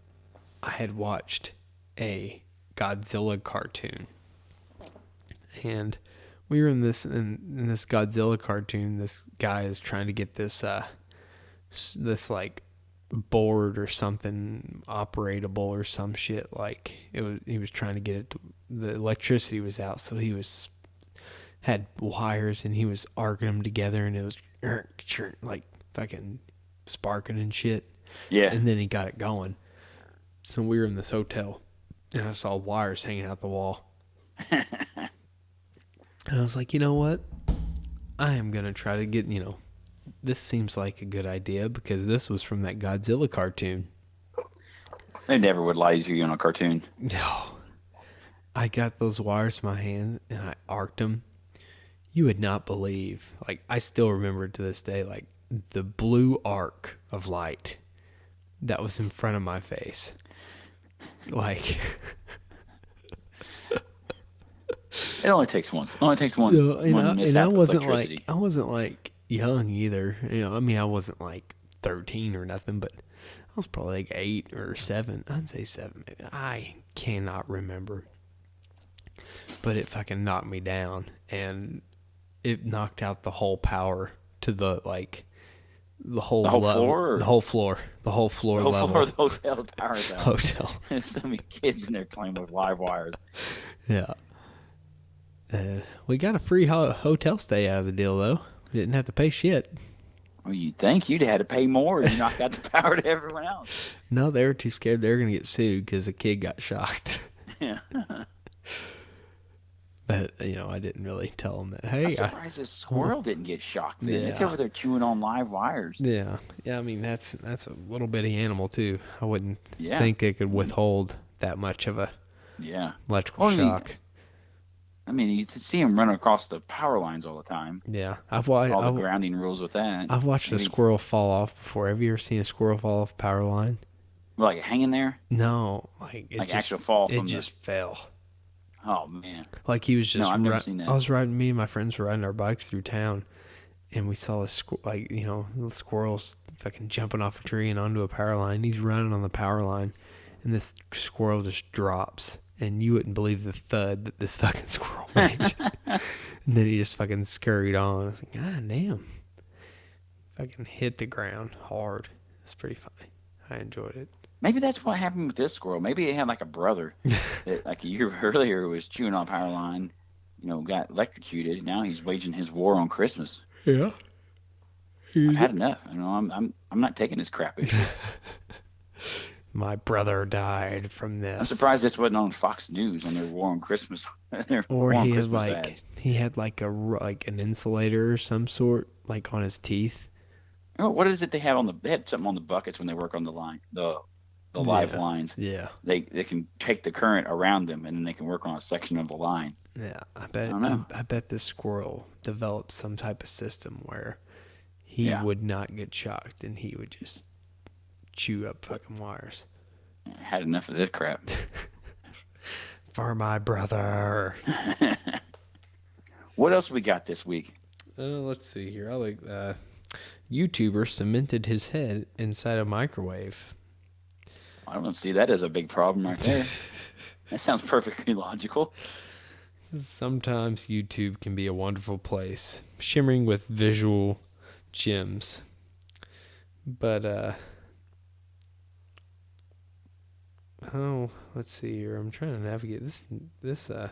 [SPEAKER 1] I had watched a Godzilla cartoon. And we were in this in, in this Godzilla cartoon, this guy is trying to get this uh s- this like board or something operatable or some shit like it was he was trying to get it to, the electricity was out so he was had wires and he was arcing them together and it was like fucking sparking and shit.
[SPEAKER 2] Yeah.
[SPEAKER 1] And then he got it going. So we were in this hotel and I saw wires hanging out the wall. and I was like, you know what? I am going to try to get, you know, this seems like a good idea because this was from that Godzilla cartoon.
[SPEAKER 2] They never would lie to you on a cartoon.
[SPEAKER 1] No. I got those wires in my hand and I arced them. You would not believe. Like I still remember to this day like the blue arc of light that was in front of my face. Like
[SPEAKER 2] It only takes once. It only takes one.
[SPEAKER 1] you know, and,
[SPEAKER 2] one
[SPEAKER 1] I,
[SPEAKER 2] mishap
[SPEAKER 1] and I
[SPEAKER 2] with
[SPEAKER 1] wasn't like
[SPEAKER 2] electricity.
[SPEAKER 1] I wasn't like young either. You know, I mean I wasn't like 13 or nothing, but I was probably like 8 or 7. I'd say 7 maybe. I cannot remember. But it fucking knocked me down and it knocked out the whole power to the like the whole,
[SPEAKER 2] The whole
[SPEAKER 1] level,
[SPEAKER 2] floor or-
[SPEAKER 1] the whole floor, the whole floor
[SPEAKER 2] the whole
[SPEAKER 1] level
[SPEAKER 2] floor of the hotel powers out.
[SPEAKER 1] hotel.
[SPEAKER 2] There's so many kids in there playing with live wires.
[SPEAKER 1] Yeah. Uh, we got a free ho- hotel stay out of the deal though. We didn't have to pay shit.
[SPEAKER 2] Well, you'd think you'd had to pay more and knock out the power to everyone else.
[SPEAKER 1] No, they were too scared they were going to get sued because a kid got shocked.
[SPEAKER 2] Yeah.
[SPEAKER 1] But, you know, I didn't really tell them that,
[SPEAKER 2] I'm
[SPEAKER 1] hey, I,
[SPEAKER 2] surprised this squirrel didn't get shocked. Then. It's
[SPEAKER 1] Yeah.
[SPEAKER 2] over there chewing on live wires.
[SPEAKER 1] yeah, yeah, I mean, that's that's a little bitty animal, too. I wouldn't
[SPEAKER 2] Yeah.
[SPEAKER 1] think they could withhold that much of a
[SPEAKER 2] Yeah.
[SPEAKER 1] electrical
[SPEAKER 2] Oh, yeah.
[SPEAKER 1] shock.
[SPEAKER 2] I mean, you could see him run across the power lines all the time.
[SPEAKER 1] Yeah. I've, wa-
[SPEAKER 2] All the
[SPEAKER 1] I've,
[SPEAKER 2] grounding rules with that.
[SPEAKER 1] I've watched a
[SPEAKER 2] Maybe-
[SPEAKER 1] squirrel fall off before. Have you ever seen a squirrel fall off a power line?
[SPEAKER 2] Like hanging there.
[SPEAKER 1] No. Like, it
[SPEAKER 2] Like
[SPEAKER 1] just,
[SPEAKER 2] actual fall
[SPEAKER 1] it
[SPEAKER 2] from the-
[SPEAKER 1] just fell.
[SPEAKER 2] Oh man.
[SPEAKER 1] Like he was just.
[SPEAKER 2] I've never
[SPEAKER 1] ri-
[SPEAKER 2] seen that.
[SPEAKER 1] I was riding. Me and my friends were riding our bikes through town, and we saw this squ- like you know little squirrels fucking jumping off a tree and onto a power line. He's running on the power line, and this squirrel just drops, and you wouldn't believe the thud that this fucking squirrel made. and then he just fucking scurried on. I was like, God damn! Fucking hit the ground hard. It's pretty funny. I enjoyed it.
[SPEAKER 2] Maybe that's what happened with this squirrel. Maybe it had like a brother that, like a year earlier, was chewing on power line, you know, got electrocuted. Now he's waging his war on Christmas.
[SPEAKER 1] Yeah.
[SPEAKER 2] I've had enough. You know, I'm I'm I'm not taking this crap. anymore.
[SPEAKER 1] My brother died from this.
[SPEAKER 2] I'm surprised this wasn't on Fox News on their war on Christmas. their
[SPEAKER 1] or
[SPEAKER 2] war on
[SPEAKER 1] he had
[SPEAKER 2] Christmas
[SPEAKER 1] like
[SPEAKER 2] ads.
[SPEAKER 1] he had like a ru- like an insulator or some sort like on his teeth.
[SPEAKER 2] Oh, what is it they have on the? They have something on the buckets when they work on the line, the the live
[SPEAKER 1] Yeah.
[SPEAKER 2] lines.
[SPEAKER 1] Yeah,
[SPEAKER 2] They they can take the current around them and then they can work on a section of the line.
[SPEAKER 1] yeah. I bet
[SPEAKER 2] don't know.
[SPEAKER 1] I, I bet this squirrel developed some type of system where he
[SPEAKER 2] Yeah.
[SPEAKER 1] would not get shocked and he would just chew up fucking wires.
[SPEAKER 2] I had enough of this crap.
[SPEAKER 1] For my brother.
[SPEAKER 2] what else we got this week?
[SPEAKER 1] Uh, let's see here. I like uh, YouTuber cemented his head inside a microwave.
[SPEAKER 2] I don't see that as a big problem right there. that sounds perfectly logical.
[SPEAKER 1] Sometimes YouTube can be a wonderful place, shimmering with visual gems. But uh Oh, let's see here. I'm trying to navigate this this uh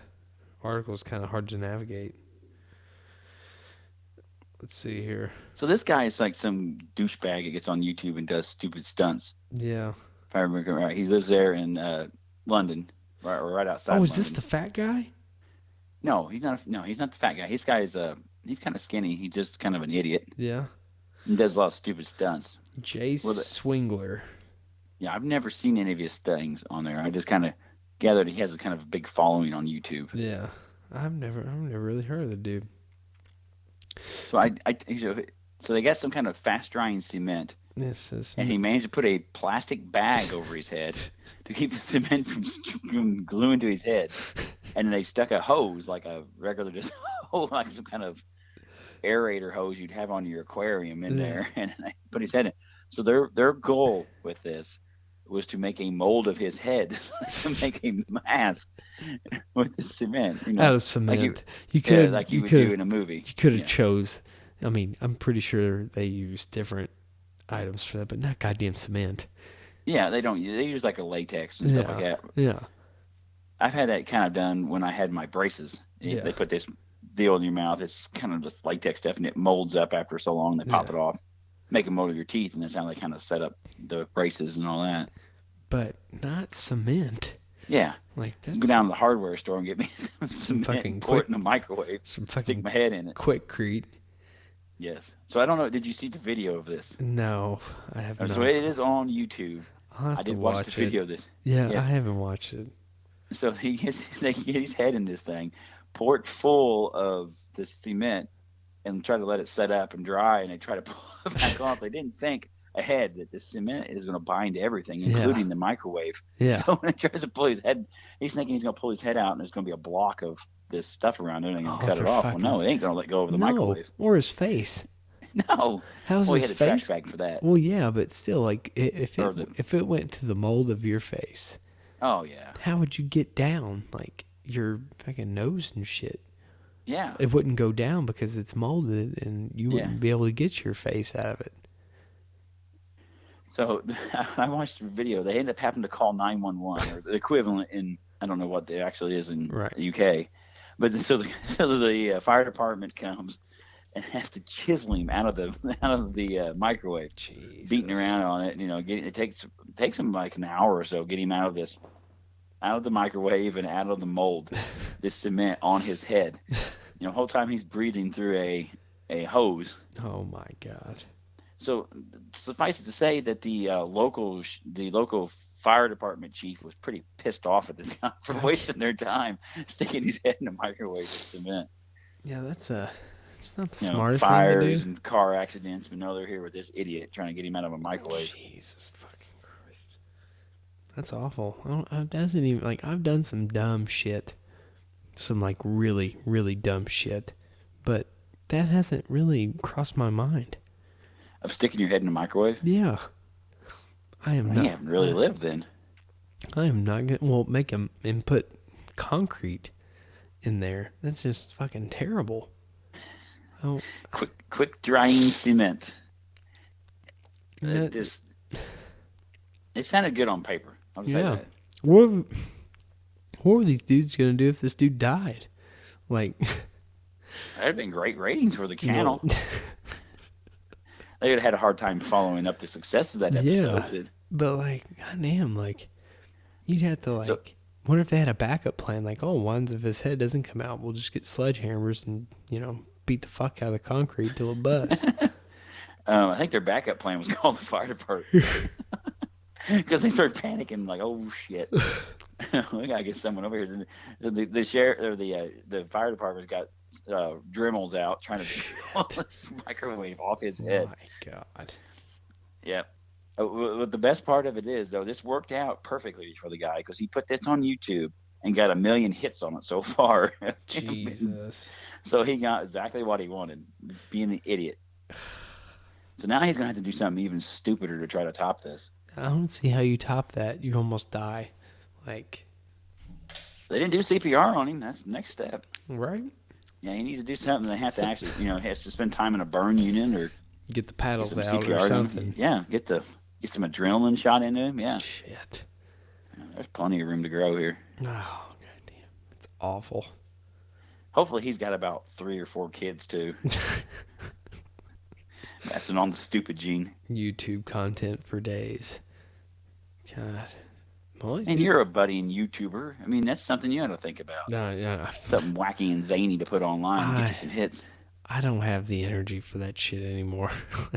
[SPEAKER 1] article is kind of hard to navigate. Let's see here.
[SPEAKER 2] So this guy is like some douchebag that gets on YouTube and does stupid stunts.
[SPEAKER 1] Yeah.
[SPEAKER 2] If I remember correctly. right, he lives there in uh, London, right, or right outside.
[SPEAKER 1] Oh,
[SPEAKER 2] of
[SPEAKER 1] is this the
[SPEAKER 2] London.
[SPEAKER 1] fat guy?
[SPEAKER 2] No, he's not. A, no, he's not the fat guy. This guy is uh, he's kind of skinny. He's just kind of an idiot.
[SPEAKER 1] Yeah.
[SPEAKER 2] He does a lot of stupid stunts.
[SPEAKER 1] Jay
[SPEAKER 2] Well, the-
[SPEAKER 1] Swingler.
[SPEAKER 2] Yeah, I've never seen any of his things on there. I just kind of gathered he has a kind of a big following on YouTube.
[SPEAKER 1] Yeah. I've never, I've never really heard of the dude.
[SPEAKER 2] So I, I so- so they got some kind of fast drying cement,
[SPEAKER 1] This is
[SPEAKER 2] and he managed to put a plastic bag over his head to keep the cement from, from gluing to his head. And they stuck a hose, like a regular, just hose, like some kind of aerator hose you'd have on your aquarium in
[SPEAKER 1] Yeah.
[SPEAKER 2] there, and they put his head in. So their their goal with this was to make a mold of his head, to make a mask with the cement. You know,
[SPEAKER 1] out of cement. you,
[SPEAKER 2] you-
[SPEAKER 1] could,
[SPEAKER 2] yeah, like you,
[SPEAKER 1] you,
[SPEAKER 2] would
[SPEAKER 1] could,
[SPEAKER 2] do in a movie.
[SPEAKER 1] you could have
[SPEAKER 2] Yeah.
[SPEAKER 1] chose. I mean, I'm pretty sure they use different items for that, but not goddamn cement.
[SPEAKER 2] Yeah, they don't. They use like a latex and stuff like that.
[SPEAKER 1] Yeah.
[SPEAKER 2] I've had that kind of done when I had my braces. They-
[SPEAKER 1] Yeah.
[SPEAKER 2] They put this deal in your mouth. It's kind of just latex stuff, and it molds up after so long. They pop
[SPEAKER 1] Yeah.
[SPEAKER 2] it off, make a mold of your teeth, and that's how they kind of set up the braces and all that.
[SPEAKER 1] But not cement.
[SPEAKER 2] Yeah,
[SPEAKER 1] Like that's
[SPEAKER 2] go down to the hardware store and get me some, cement,
[SPEAKER 1] fucking
[SPEAKER 2] pour
[SPEAKER 1] quick-
[SPEAKER 2] it in the microwave,
[SPEAKER 1] some
[SPEAKER 2] stick
[SPEAKER 1] fucking
[SPEAKER 2] my head in it.
[SPEAKER 1] quick crete.
[SPEAKER 2] Yes. So I don't know. Did you see the video of this?
[SPEAKER 1] No, I have not.
[SPEAKER 2] So it is on YouTube.
[SPEAKER 1] I'll have
[SPEAKER 2] I
[SPEAKER 1] to
[SPEAKER 2] did watch, the
[SPEAKER 1] it.
[SPEAKER 2] video of this.
[SPEAKER 1] Yeah,
[SPEAKER 2] Yes.
[SPEAKER 1] I haven't watched it.
[SPEAKER 2] So he gets they get his head in this thing, pour it full of the cement, and try to let it set up and dry. And they try to pull it back off. They didn't think ahead that the cement is going to bind everything,
[SPEAKER 1] Yeah.
[SPEAKER 2] including the microwave.
[SPEAKER 1] Yeah.
[SPEAKER 2] So when he tries to pull his head, he's thinking he's going to pull his head out, and there's going to be a block of this stuff around it, and they're going
[SPEAKER 1] Oh,
[SPEAKER 2] to cut
[SPEAKER 1] for
[SPEAKER 2] it off.
[SPEAKER 1] fucking-
[SPEAKER 2] Well, no, it ain't going to let go of the
[SPEAKER 1] no,
[SPEAKER 2] microwave.
[SPEAKER 1] or his face.
[SPEAKER 2] No.
[SPEAKER 1] How's
[SPEAKER 2] well, he
[SPEAKER 1] his
[SPEAKER 2] had a trash
[SPEAKER 1] face?
[SPEAKER 2] bag for that.
[SPEAKER 1] Well, yeah, but still, like i- if
[SPEAKER 2] Or
[SPEAKER 1] it
[SPEAKER 2] the-
[SPEAKER 1] if it went to the mold of your face,
[SPEAKER 2] Oh yeah,
[SPEAKER 1] how would you get down? Like your fucking nose and shit.
[SPEAKER 2] yeah.
[SPEAKER 1] It wouldn't go down because it's molded, and you
[SPEAKER 2] Yeah.
[SPEAKER 1] wouldn't be able to get your face out of it.
[SPEAKER 2] So I watched a video. They ended up having to call 911 or the equivalent in I don't know what it actually is in
[SPEAKER 1] Right.
[SPEAKER 2] the UK. But so the, so the uh, fire department comes and has to chisel him out of the out of the uh, microwave,
[SPEAKER 1] Jeez.
[SPEAKER 2] beating around on it. You know, getting it takes takes him like an hour or so get him out of this out of the microwave and out of the mold, this cement on his head. You know, whole time he's breathing through a a hose.
[SPEAKER 1] Oh my god.
[SPEAKER 2] So suffice it to say that the uh, local sh- the local fire department chief was pretty pissed off at this guy for
[SPEAKER 1] Gotcha.
[SPEAKER 2] wasting their time sticking his head in a microwave with cement.
[SPEAKER 1] Yeah, that's a. It's not the
[SPEAKER 2] You know,
[SPEAKER 1] smartest thing
[SPEAKER 2] fires
[SPEAKER 1] to do.
[SPEAKER 2] and car accidents, but no, they're here with this idiot trying to get him out of a microwave.
[SPEAKER 1] Jesus fucking Christ. That's awful. I don't. I doesn't even like. I've done some dumb shit. Some like really, really dumb shit, but that hasn't really crossed my mind.
[SPEAKER 2] Of sticking your head in a microwave,
[SPEAKER 1] Yeah. I am
[SPEAKER 2] Well,
[SPEAKER 1] not.
[SPEAKER 2] you haven't really lived then.
[SPEAKER 1] I am not gonna. Well, make them and put concrete in there. That's just fucking terrible. Oh,
[SPEAKER 2] Quick, quick drying cement. Uh,
[SPEAKER 1] that-
[SPEAKER 2] this it sounded good on paper. I'll say
[SPEAKER 1] Yeah.
[SPEAKER 2] that.
[SPEAKER 1] What were, what were these dudes gonna do if this dude died? Like,
[SPEAKER 2] That'd have been great ratings for the
[SPEAKER 1] you know,
[SPEAKER 2] channel. they would have had a hard time following up the success of that episode.
[SPEAKER 1] Yeah. but like, goddamn, like, you'd have to like.
[SPEAKER 2] So-
[SPEAKER 1] wonder if they had a backup plan. Like, oh, one's if his head doesn't come out, we'll just get sledgehammers and you know beat the fuck out of the concrete till it busts.
[SPEAKER 2] Um, I think their backup plan was called the fire department because they started panicking, like, "Oh shit, we gotta get someone over here." The, the, the sheriff or the uh, the fire department's got uh, Dremels out trying to pull this microwave off his
[SPEAKER 1] my
[SPEAKER 2] head.
[SPEAKER 1] god.
[SPEAKER 2] Yep. Uh, w- w- the best part of it is though, this worked out perfectly for the guy because he put this on YouTube and got a million hits on it so far.
[SPEAKER 1] Jesus.
[SPEAKER 2] So he got exactly what he wanted, being an idiot. So now he's gonna have to do something even stupider to try to top this.
[SPEAKER 1] I don't see how you top that. You almost die. Like,
[SPEAKER 2] They didn't do CPR on him. That's the next step.
[SPEAKER 1] right?
[SPEAKER 2] Yeah, he needs to do something. They have to actually, you know, he has to spend time in a burn unit or
[SPEAKER 1] Get the
[SPEAKER 2] get
[SPEAKER 1] paddles
[SPEAKER 2] some
[SPEAKER 1] out
[SPEAKER 2] CPR.
[SPEAKER 1] or
[SPEAKER 2] done.
[SPEAKER 1] something.
[SPEAKER 2] Yeah, get the get some adrenaline shot into him. Yeah,
[SPEAKER 1] Shit.
[SPEAKER 2] there's plenty of room to grow here.
[SPEAKER 1] Oh, goddamn. It's awful.
[SPEAKER 2] Hopefully, he's got about three or four kids too. Passing on the stupid gene.
[SPEAKER 1] YouTube content for days. God. Molly's
[SPEAKER 2] And
[SPEAKER 1] do-
[SPEAKER 2] you're a budding YouTuber. I mean, that's something you ought to think about.
[SPEAKER 1] No, yeah,
[SPEAKER 2] Something wacky and zany to put online and get
[SPEAKER 1] I-
[SPEAKER 2] you some hits.
[SPEAKER 1] I don't have the energy for that shit anymore.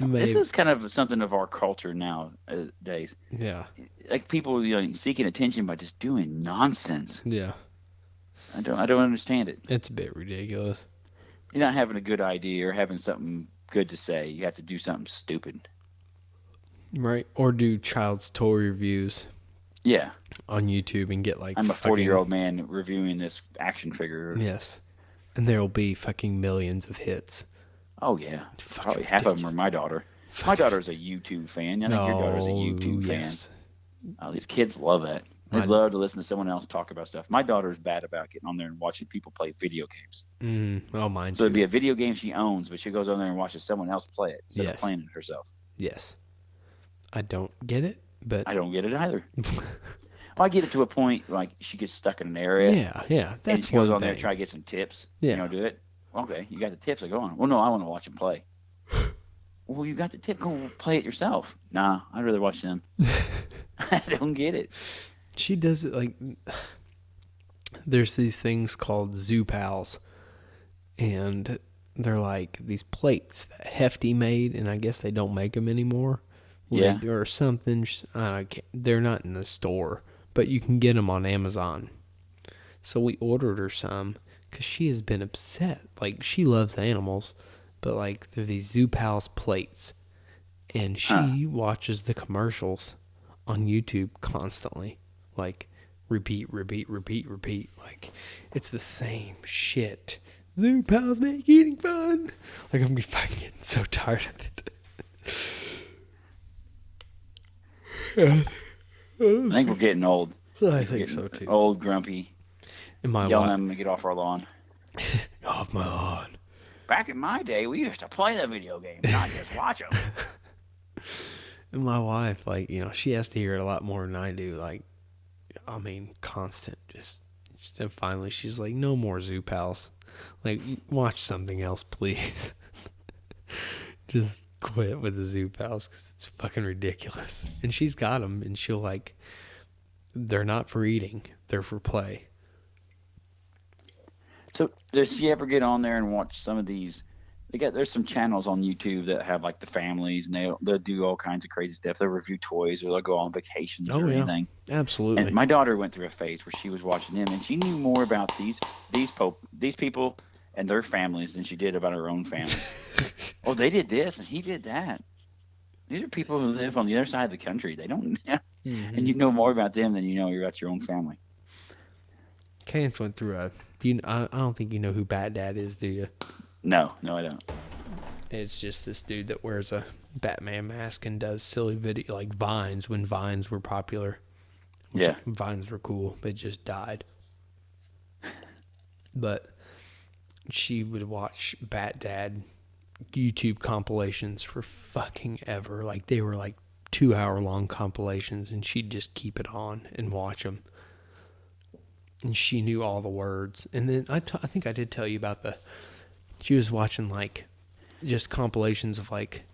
[SPEAKER 2] This
[SPEAKER 1] Maybe-
[SPEAKER 2] is kind of something of our culture nowadays.
[SPEAKER 1] yeah,
[SPEAKER 2] Like people, you know, seeking attention by just doing nonsense.
[SPEAKER 1] yeah.
[SPEAKER 2] I don't, I don't understand it.
[SPEAKER 1] It's a bit ridiculous.
[SPEAKER 2] You're not having a good idea or having something good to say. You have to do something stupid.
[SPEAKER 1] Right? Or do child's toy reviews
[SPEAKER 2] Yeah,
[SPEAKER 1] on YouTube and get like
[SPEAKER 2] I'm a
[SPEAKER 1] fucking-
[SPEAKER 2] 40 year old man reviewing this action figure.
[SPEAKER 1] Yes. And there'll be fucking millions of hits.
[SPEAKER 2] Oh yeah,
[SPEAKER 1] Fucking
[SPEAKER 2] probably half of them are my daughter. My daughter's a YouTube fan. I think your daughter's a YouTube
[SPEAKER 1] Oh, yes.
[SPEAKER 2] fan. Oh, these kids love that. They
[SPEAKER 1] My-
[SPEAKER 2] love to listen to someone else talk about stuff. My daughter's bad about getting on there and watching people play video games.
[SPEAKER 1] Mm, oh, mine
[SPEAKER 2] So it'd
[SPEAKER 1] too.
[SPEAKER 2] be a video game she owns, but she goes on there and watches someone else play it instead
[SPEAKER 1] Yes.
[SPEAKER 2] of playing it herself.
[SPEAKER 1] yes. I don't get it, but
[SPEAKER 2] I don't get it either. Well, I get it to a point like she gets stuck in an area.
[SPEAKER 1] yeah, yeah.
[SPEAKER 2] and
[SPEAKER 1] That's
[SPEAKER 2] she goes
[SPEAKER 1] one
[SPEAKER 2] on there
[SPEAKER 1] thing.
[SPEAKER 2] and try to get some tips.
[SPEAKER 1] Yeah.
[SPEAKER 2] You know, do it. Okay, you got the tips. I go on. Well, no, I want to watch them play. well, you got the tip. Go play it yourself. Nah, I'd rather watch them. I don't get it.
[SPEAKER 1] she does it like there's these things called zoo pals and they're like these plates that hefty made and i guess they don't make them anymore Well, they
[SPEAKER 2] Yeah.
[SPEAKER 1] do- or something sh- I can't, they're not in the store but you can get them on amazon so we ordered her some because she has been upset like she loves animals but like they're these zoo pals plates and she watches the commercials on YouTube constantly. Like repeat, repeat, repeat, repeat. Like it's the same shit. Zoo pals make eating fun. Like I'm fucking getting so tired of it.
[SPEAKER 2] I think we're getting old.
[SPEAKER 1] I think
[SPEAKER 2] Getting
[SPEAKER 1] so too.
[SPEAKER 2] Old, grumpy,
[SPEAKER 1] And my
[SPEAKER 2] yelling at
[SPEAKER 1] wife,
[SPEAKER 2] them to get off our lawn.
[SPEAKER 1] off my lawn.
[SPEAKER 2] Back in my day, we used to play the video game, not just watch them.
[SPEAKER 1] And my wife, like you know, she has to hear it a lot more than I do. Like, I mean, constant. Just then finally, she's like, "No more zoo pals. Like, watch something else, please. just quit with the zoo pals because it's fucking ridiculous." And she's got them, and she'll like, they're not for eating; they're for play.
[SPEAKER 2] So does she ever get on there and watch some of these? They got there's some channels on YouTube that have like the families and they they do all kinds of crazy stuff. They review toys or they'll go on vacations
[SPEAKER 1] Oh,
[SPEAKER 2] or
[SPEAKER 1] yeah.
[SPEAKER 2] anything.
[SPEAKER 1] Absolutely.
[SPEAKER 2] And my daughter went through a phase where she was watching them, and she knew more about these these po- these people and their families than she did about her own family. oh, they did this and he did that. These are people who live on the other side of the country. They don't,
[SPEAKER 1] Mhm.
[SPEAKER 2] and you know more about them than you know about your own family.
[SPEAKER 1] Cadence went through a. Do you? I, I don't think you know who Bat Dad is, do you?
[SPEAKER 2] No, no, I don't.
[SPEAKER 1] It's just this dude that wears a Batman mask and does silly video like vines when vines were popular. Which
[SPEAKER 2] Yeah.
[SPEAKER 1] Vines were cool, but just died. But she would watch Bat Dad YouTube compilations for fucking ever. Like they were like 2 hour long compilations and she'd just keep it on and watch them. And she knew all the words. And then I, t- I think I did tell you about the she was watching like just compilations of like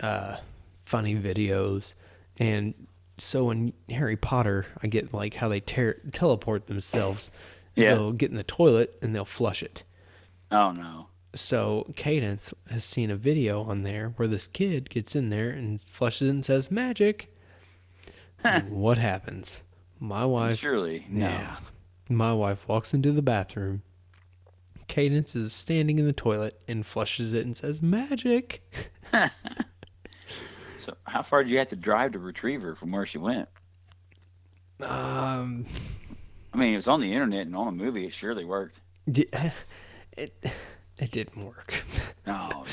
[SPEAKER 1] uh funny videos and so in Harry Potter I get like how they ter- teleport themselves is
[SPEAKER 2] Yeah.
[SPEAKER 1] they'll get in the toilet and they'll flush it
[SPEAKER 2] Oh no.
[SPEAKER 1] so Cadence has seen a video on there where this kid gets in there and flushes it and says magic what happens my wife
[SPEAKER 2] Surely, no.
[SPEAKER 1] yeah. My wife walks into the bathroom. Cadence is standing in the toilet and flushes it and says, Magic.
[SPEAKER 2] So, how far did you have to drive to retrieve her from where she went?
[SPEAKER 1] Um,
[SPEAKER 2] I mean, it was on the internet and on a movie. It surely worked.
[SPEAKER 1] di- it, it didn't work.
[SPEAKER 2] No,
[SPEAKER 1] Oh,
[SPEAKER 2] no.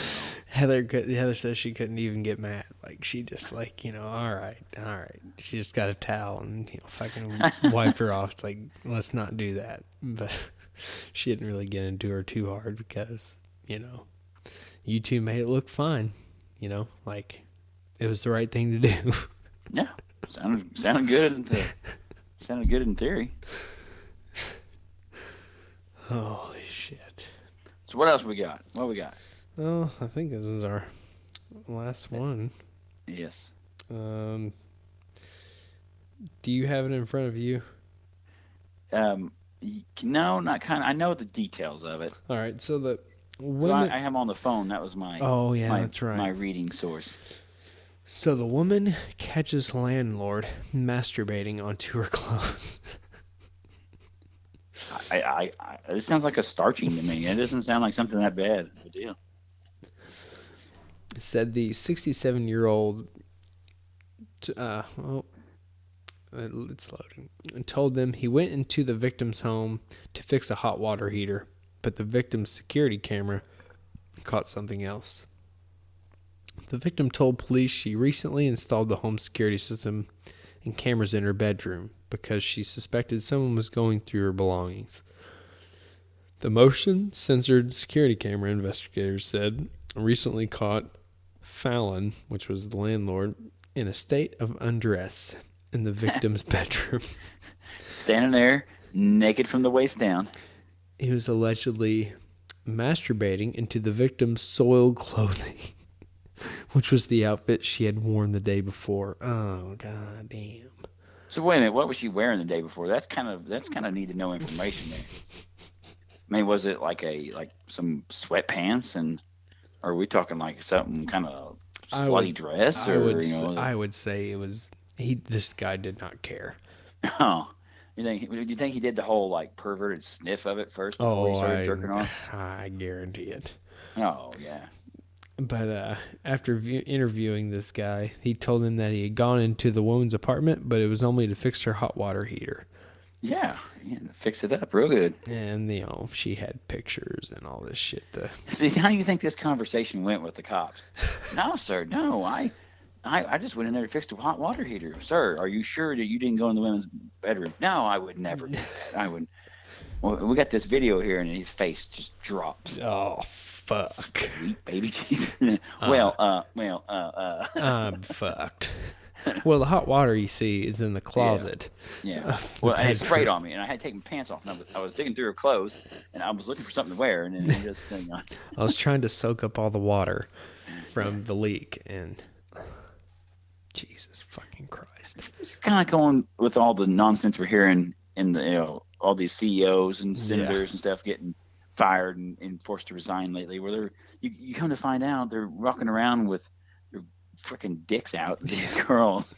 [SPEAKER 1] Heather could, Heather says she couldn't even get mad. Like, she just, like, you know, all right, all right. She just got a towel and, you know, fucking wiped her off. It's like, let's not do that. But she didn't really get into her too hard because, you know, you two made it look fine. You know, like, it was the right thing to do.
[SPEAKER 2] yeah. Sounded sounded good. In the, sounded good in theory.
[SPEAKER 1] Holy shit.
[SPEAKER 2] So, what else we got? What we got?
[SPEAKER 1] Well, I think this is our last one.
[SPEAKER 2] Yes.
[SPEAKER 1] Um, do you have it in front of you?
[SPEAKER 2] Um, y- no, not kind of. I know the details of it.
[SPEAKER 1] All right. So the
[SPEAKER 2] So
[SPEAKER 1] women.
[SPEAKER 2] I, I have on the phone. That was my.
[SPEAKER 1] oh yeah,
[SPEAKER 2] my,
[SPEAKER 1] that's right.
[SPEAKER 2] My reading source.
[SPEAKER 1] So the woman catches landlord masturbating onto her clothes.
[SPEAKER 2] I, I, I, this sounds like a starching to me. It doesn't sound like something that bad of a deal.
[SPEAKER 1] Said the 67 year old. T- uh, well, uh, it's loading. And told them he went into the victim's home to fix a hot water heater, but the victim's security camera caught something else. The victim told police she recently installed the home security system and cameras in her bedroom because she suspected someone was going through her belongings. The motion censored security camera investigators said recently caught Fallon, which was the landlord, in a state of undress in the victim's bedroom.
[SPEAKER 2] Standing there, naked from the waist down.
[SPEAKER 1] He was allegedly masturbating into the victim's soiled clothing, which was the outfit she had worn the day before. Oh, god damn.
[SPEAKER 2] So wait a minute, what was she wearing the day before? That's kind of that's kind of need to know information there. I mean, was it like a like some sweatpants and are we talking like something kind of
[SPEAKER 1] I
[SPEAKER 2] slutty
[SPEAKER 1] would-
[SPEAKER 2] dress
[SPEAKER 1] I
[SPEAKER 2] or
[SPEAKER 1] would,
[SPEAKER 2] you
[SPEAKER 1] s-
[SPEAKER 2] know?
[SPEAKER 1] I would say it was he. This guy did not care.
[SPEAKER 2] oh, you think do you think he did the whole like perverted sniff of it first before he started jerking off?
[SPEAKER 1] Oh, I guarantee it.
[SPEAKER 2] Oh yeah.
[SPEAKER 1] But uh, after view- interviewing this guy, he told him that he had gone into the woman's apartment, but it was only to fix her hot water heater.
[SPEAKER 2] Yeah, yeah, fix it up real good.
[SPEAKER 1] And, you know, she had pictures and all this shit. To,
[SPEAKER 2] See, how do you think this conversation went with the cops? no, sir, no. I, I, I just went in there to fix the hot water heater. Sir, are you sure that you didn't go in the women's bedroom? No, I would never do that. I would. Well, we got this video here, and his face just drops.
[SPEAKER 1] oh, fuck.
[SPEAKER 2] Sweet baby Jesus. well, uh, well, uh, uh,
[SPEAKER 1] I'm fucked. Well, the hot water you see is in the closet.
[SPEAKER 2] yeah. Well, it sprayed on me, and I had taken pants off, and I was, I was digging through her clothes, and I was looking for something to wear, and then it just thing on.
[SPEAKER 1] I was trying to soak up all the water from the leak, and Jesus fucking Christ.
[SPEAKER 2] it's kind of going with all the nonsense we're hearing in the you know all these CEOs and senators and stuff getting fired and, and forced to resign lately. Where they're you, you come to find out they're walking around with their freaking dicks out. These girls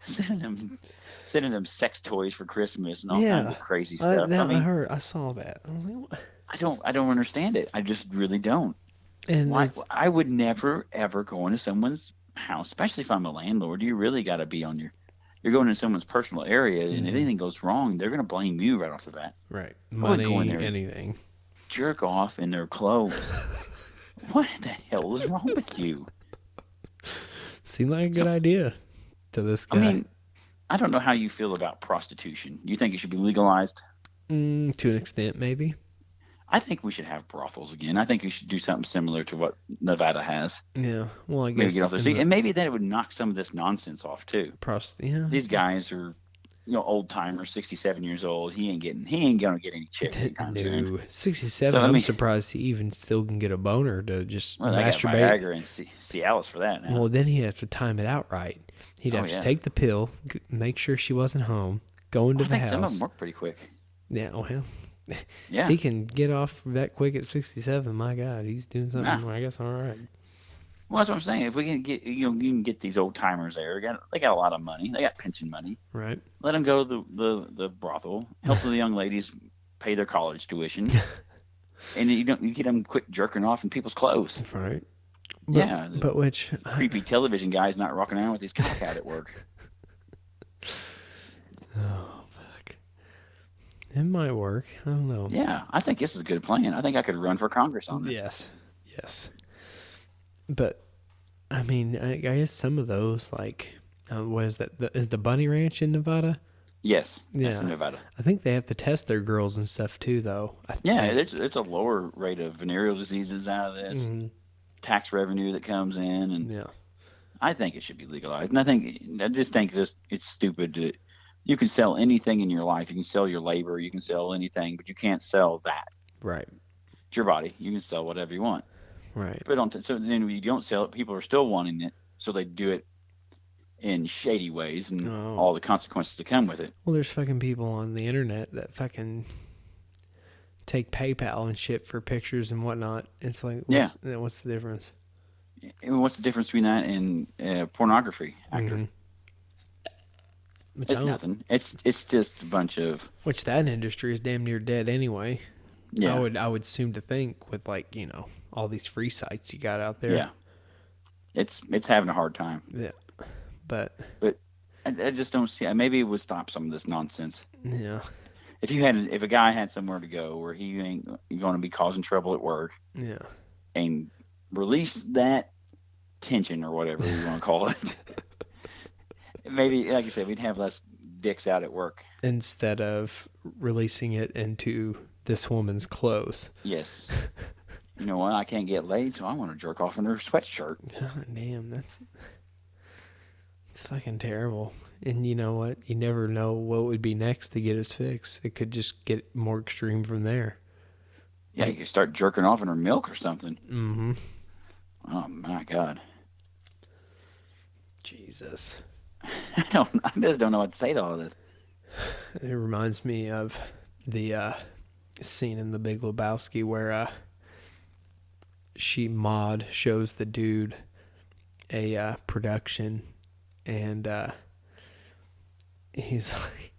[SPEAKER 2] sending them sending them sex toys for Christmas and all kinds
[SPEAKER 1] Yeah.
[SPEAKER 2] of crazy stuff. I, mean,
[SPEAKER 1] heard. I saw that. I was like, what?
[SPEAKER 2] I don't I don't understand it. I just really don't.
[SPEAKER 1] And
[SPEAKER 2] Why,
[SPEAKER 1] it's-
[SPEAKER 2] I would never ever go into someone's house, especially if I'm a landlord. You really got to be on your. You're going into someone's personal area, and
[SPEAKER 1] Mm-hmm.
[SPEAKER 2] if anything goes wrong, they're gonna blame you right off the bat.
[SPEAKER 1] right,
[SPEAKER 2] wouldn't go in
[SPEAKER 1] money,
[SPEAKER 2] there.
[SPEAKER 1] anything.
[SPEAKER 2] Jerk off in their clothes. what the hell is wrong with you?
[SPEAKER 1] Seemed like a good idea to this
[SPEAKER 2] I
[SPEAKER 1] guy.
[SPEAKER 2] mean, I don't know how you feel about prostitution. You think it should be legalized?
[SPEAKER 1] mm, to an extent, maybe.
[SPEAKER 2] I think we should have brothels again. I think we should do something similar to what Nevada has.
[SPEAKER 1] Yeah. Well, I
[SPEAKER 2] Maybe
[SPEAKER 1] guess.
[SPEAKER 2] get off the
[SPEAKER 1] in
[SPEAKER 2] street,
[SPEAKER 1] the
[SPEAKER 2] and maybe then it would knock some of this nonsense off too.
[SPEAKER 1] prost- yeah.
[SPEAKER 2] these guys are you know old timers 67 years old he ain't getting he ain't gonna get any chicks anytime soon
[SPEAKER 1] No, sixty-seven.
[SPEAKER 2] So, I
[SPEAKER 1] I'm
[SPEAKER 2] mean-
[SPEAKER 1] surprised he even still can get a boner to just
[SPEAKER 2] well they got
[SPEAKER 1] masturbate.
[SPEAKER 2] Viagra and C- Cialis for that now
[SPEAKER 1] Well, then he'd have to time it out right. He'd
[SPEAKER 2] Oh,
[SPEAKER 1] have
[SPEAKER 2] yeah.
[SPEAKER 1] to take the pill, g- make sure she wasn't home, go into
[SPEAKER 2] I
[SPEAKER 1] the
[SPEAKER 2] think some of
[SPEAKER 1] house.
[SPEAKER 2] them work pretty quick
[SPEAKER 1] Yeah, well,
[SPEAKER 2] yeah
[SPEAKER 1] if he can get off that quick at 67, my God, he's doing something,
[SPEAKER 2] Nah.
[SPEAKER 1] I guess, all right.
[SPEAKER 2] well that's what I'm saying if we can get you know you can get these old timers there they got, they got a lot of money they got pension money
[SPEAKER 1] Right?
[SPEAKER 2] let them go to the the, the brothel help the young ladies pay their college tuition and you don't you get them quit jerking off in people's clothes
[SPEAKER 1] Right. But,
[SPEAKER 2] Yeah, the-
[SPEAKER 1] But which,
[SPEAKER 2] creepy television guys not rocking around with his cock out at work
[SPEAKER 1] oh, fuck. It might work. I don't know.
[SPEAKER 2] Yeah, I think this is a good plan. I think I could run for Congress on this.
[SPEAKER 1] Yes. Yes. But, I mean, I, I guess some of those, like, uh, what is that? The, is the Bunny Ranch in Nevada?
[SPEAKER 2] Yes. That's
[SPEAKER 1] Yeah.
[SPEAKER 2] in Nevada.
[SPEAKER 1] I think they have to test their girls and stuff too, though. I
[SPEAKER 2] Yeah,
[SPEAKER 1] think.
[SPEAKER 2] it's it's a lower rate of venereal diseases out of this,
[SPEAKER 1] Mhm.
[SPEAKER 2] tax revenue that comes in, and
[SPEAKER 1] Yeah.
[SPEAKER 2] I think it should be legalized. And I think I just think this it's stupid. To, you can sell anything in your life. You can sell your labor. You can sell anything, but you can't sell that.
[SPEAKER 1] Right.
[SPEAKER 2] It's your body. You can sell whatever you want.
[SPEAKER 1] Right.
[SPEAKER 2] But on so then when you don't sell it, people are still wanting it, so they do it in shady ways and
[SPEAKER 1] Oh.
[SPEAKER 2] all the consequences that come with it.
[SPEAKER 1] Well, there's fucking people on the internet that fucking take PayPal and shit for pictures and whatnot. It's like,
[SPEAKER 2] Yeah.
[SPEAKER 1] what's, yeah. what's the difference?
[SPEAKER 2] And what's the difference between that and uh, pornography actor?
[SPEAKER 1] Mhm. Which,
[SPEAKER 2] It's
[SPEAKER 1] I don't-
[SPEAKER 2] nothing. It's it's just a bunch of
[SPEAKER 1] which that industry is damn near dead anyway.
[SPEAKER 2] yeah
[SPEAKER 1] I would I would seem to think with like you know all these free sites you got out there.
[SPEAKER 2] yeah. It's it's having a hard time.
[SPEAKER 1] Yeah. But
[SPEAKER 2] I, I just don't see. Maybe it would stop some of this nonsense.
[SPEAKER 1] yeah,
[SPEAKER 2] If you had if a guy had somewhere to go where he ain't going to be causing trouble at work
[SPEAKER 1] yeah,
[SPEAKER 2] and release that tension or whatever you want to call it. Maybe, like I said, we'd have less dicks out at work.
[SPEAKER 1] instead of releasing it into this woman's clothes.
[SPEAKER 2] Yes. You know what? I can't get laid, so I want to jerk off in her sweatshirt.
[SPEAKER 1] God damn, that's it's fucking terrible. And you know what? You never know what would be next to get us fixed. It could just get more extreme from there.
[SPEAKER 2] Yeah, you could start jerking off in her milk or something.
[SPEAKER 1] Mm-hmm.
[SPEAKER 2] Oh my god.
[SPEAKER 1] Jesus.
[SPEAKER 2] I don't. I just don't know what to say to all this.
[SPEAKER 1] It reminds me of the uh, scene in The Big Lebowski where uh, she mod shows the dude a uh, production, and uh, he's like,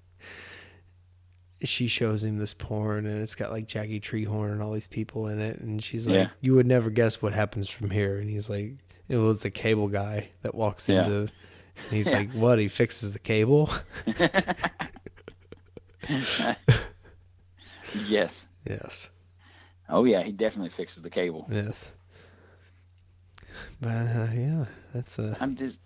[SPEAKER 1] she shows him this porn, and it's got like Jackie Treehorn and all these people in it, and she's like,
[SPEAKER 2] Yeah.
[SPEAKER 1] "You would never guess what happens from here," and he's like, "It was the cable guy that walks
[SPEAKER 2] Yeah.
[SPEAKER 1] into." And he's
[SPEAKER 2] Yeah.
[SPEAKER 1] like, "What? He fixes the cable?"
[SPEAKER 2] Yes.
[SPEAKER 1] yes.
[SPEAKER 2] Oh yeah, he definitely fixes the cable.
[SPEAKER 1] Yes. But uh, yeah, that's uh,
[SPEAKER 2] I'm just.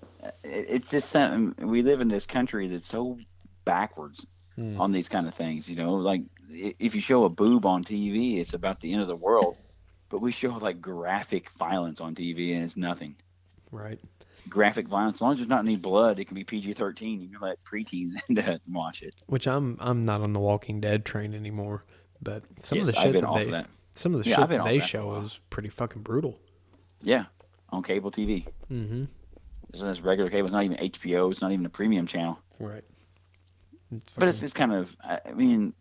[SPEAKER 2] it- It's just something. We live in this country that's so backwards
[SPEAKER 1] Hmm.
[SPEAKER 2] on these kind of things. You know, like i- if you show a boob on TV, it's about the end of the world. But we show like graphic violence on TV, and it's nothing.
[SPEAKER 1] right.
[SPEAKER 2] Graphic violence, as long as there's not any blood, it can be PG-13. You can let preteens into it and watch it.
[SPEAKER 1] Which I'm I'm not on the Walking Dead train anymore. But some
[SPEAKER 2] Yes,
[SPEAKER 1] of the
[SPEAKER 2] I've
[SPEAKER 1] shit
[SPEAKER 2] been
[SPEAKER 1] that
[SPEAKER 2] off
[SPEAKER 1] they
[SPEAKER 2] of that.
[SPEAKER 1] some of the
[SPEAKER 2] Yeah, I've
[SPEAKER 1] shit
[SPEAKER 2] been
[SPEAKER 1] that
[SPEAKER 2] off
[SPEAKER 1] they
[SPEAKER 2] that for a
[SPEAKER 1] show
[SPEAKER 2] while.
[SPEAKER 1] is pretty fucking brutal.
[SPEAKER 2] Yeah, on cable TV.
[SPEAKER 1] Mm-hmm.
[SPEAKER 2] It's just regular cable. It's not even HBO. It's not even a premium channel.
[SPEAKER 1] Right. It's
[SPEAKER 2] But it's
[SPEAKER 1] fucking-
[SPEAKER 2] just kind of, I I mean,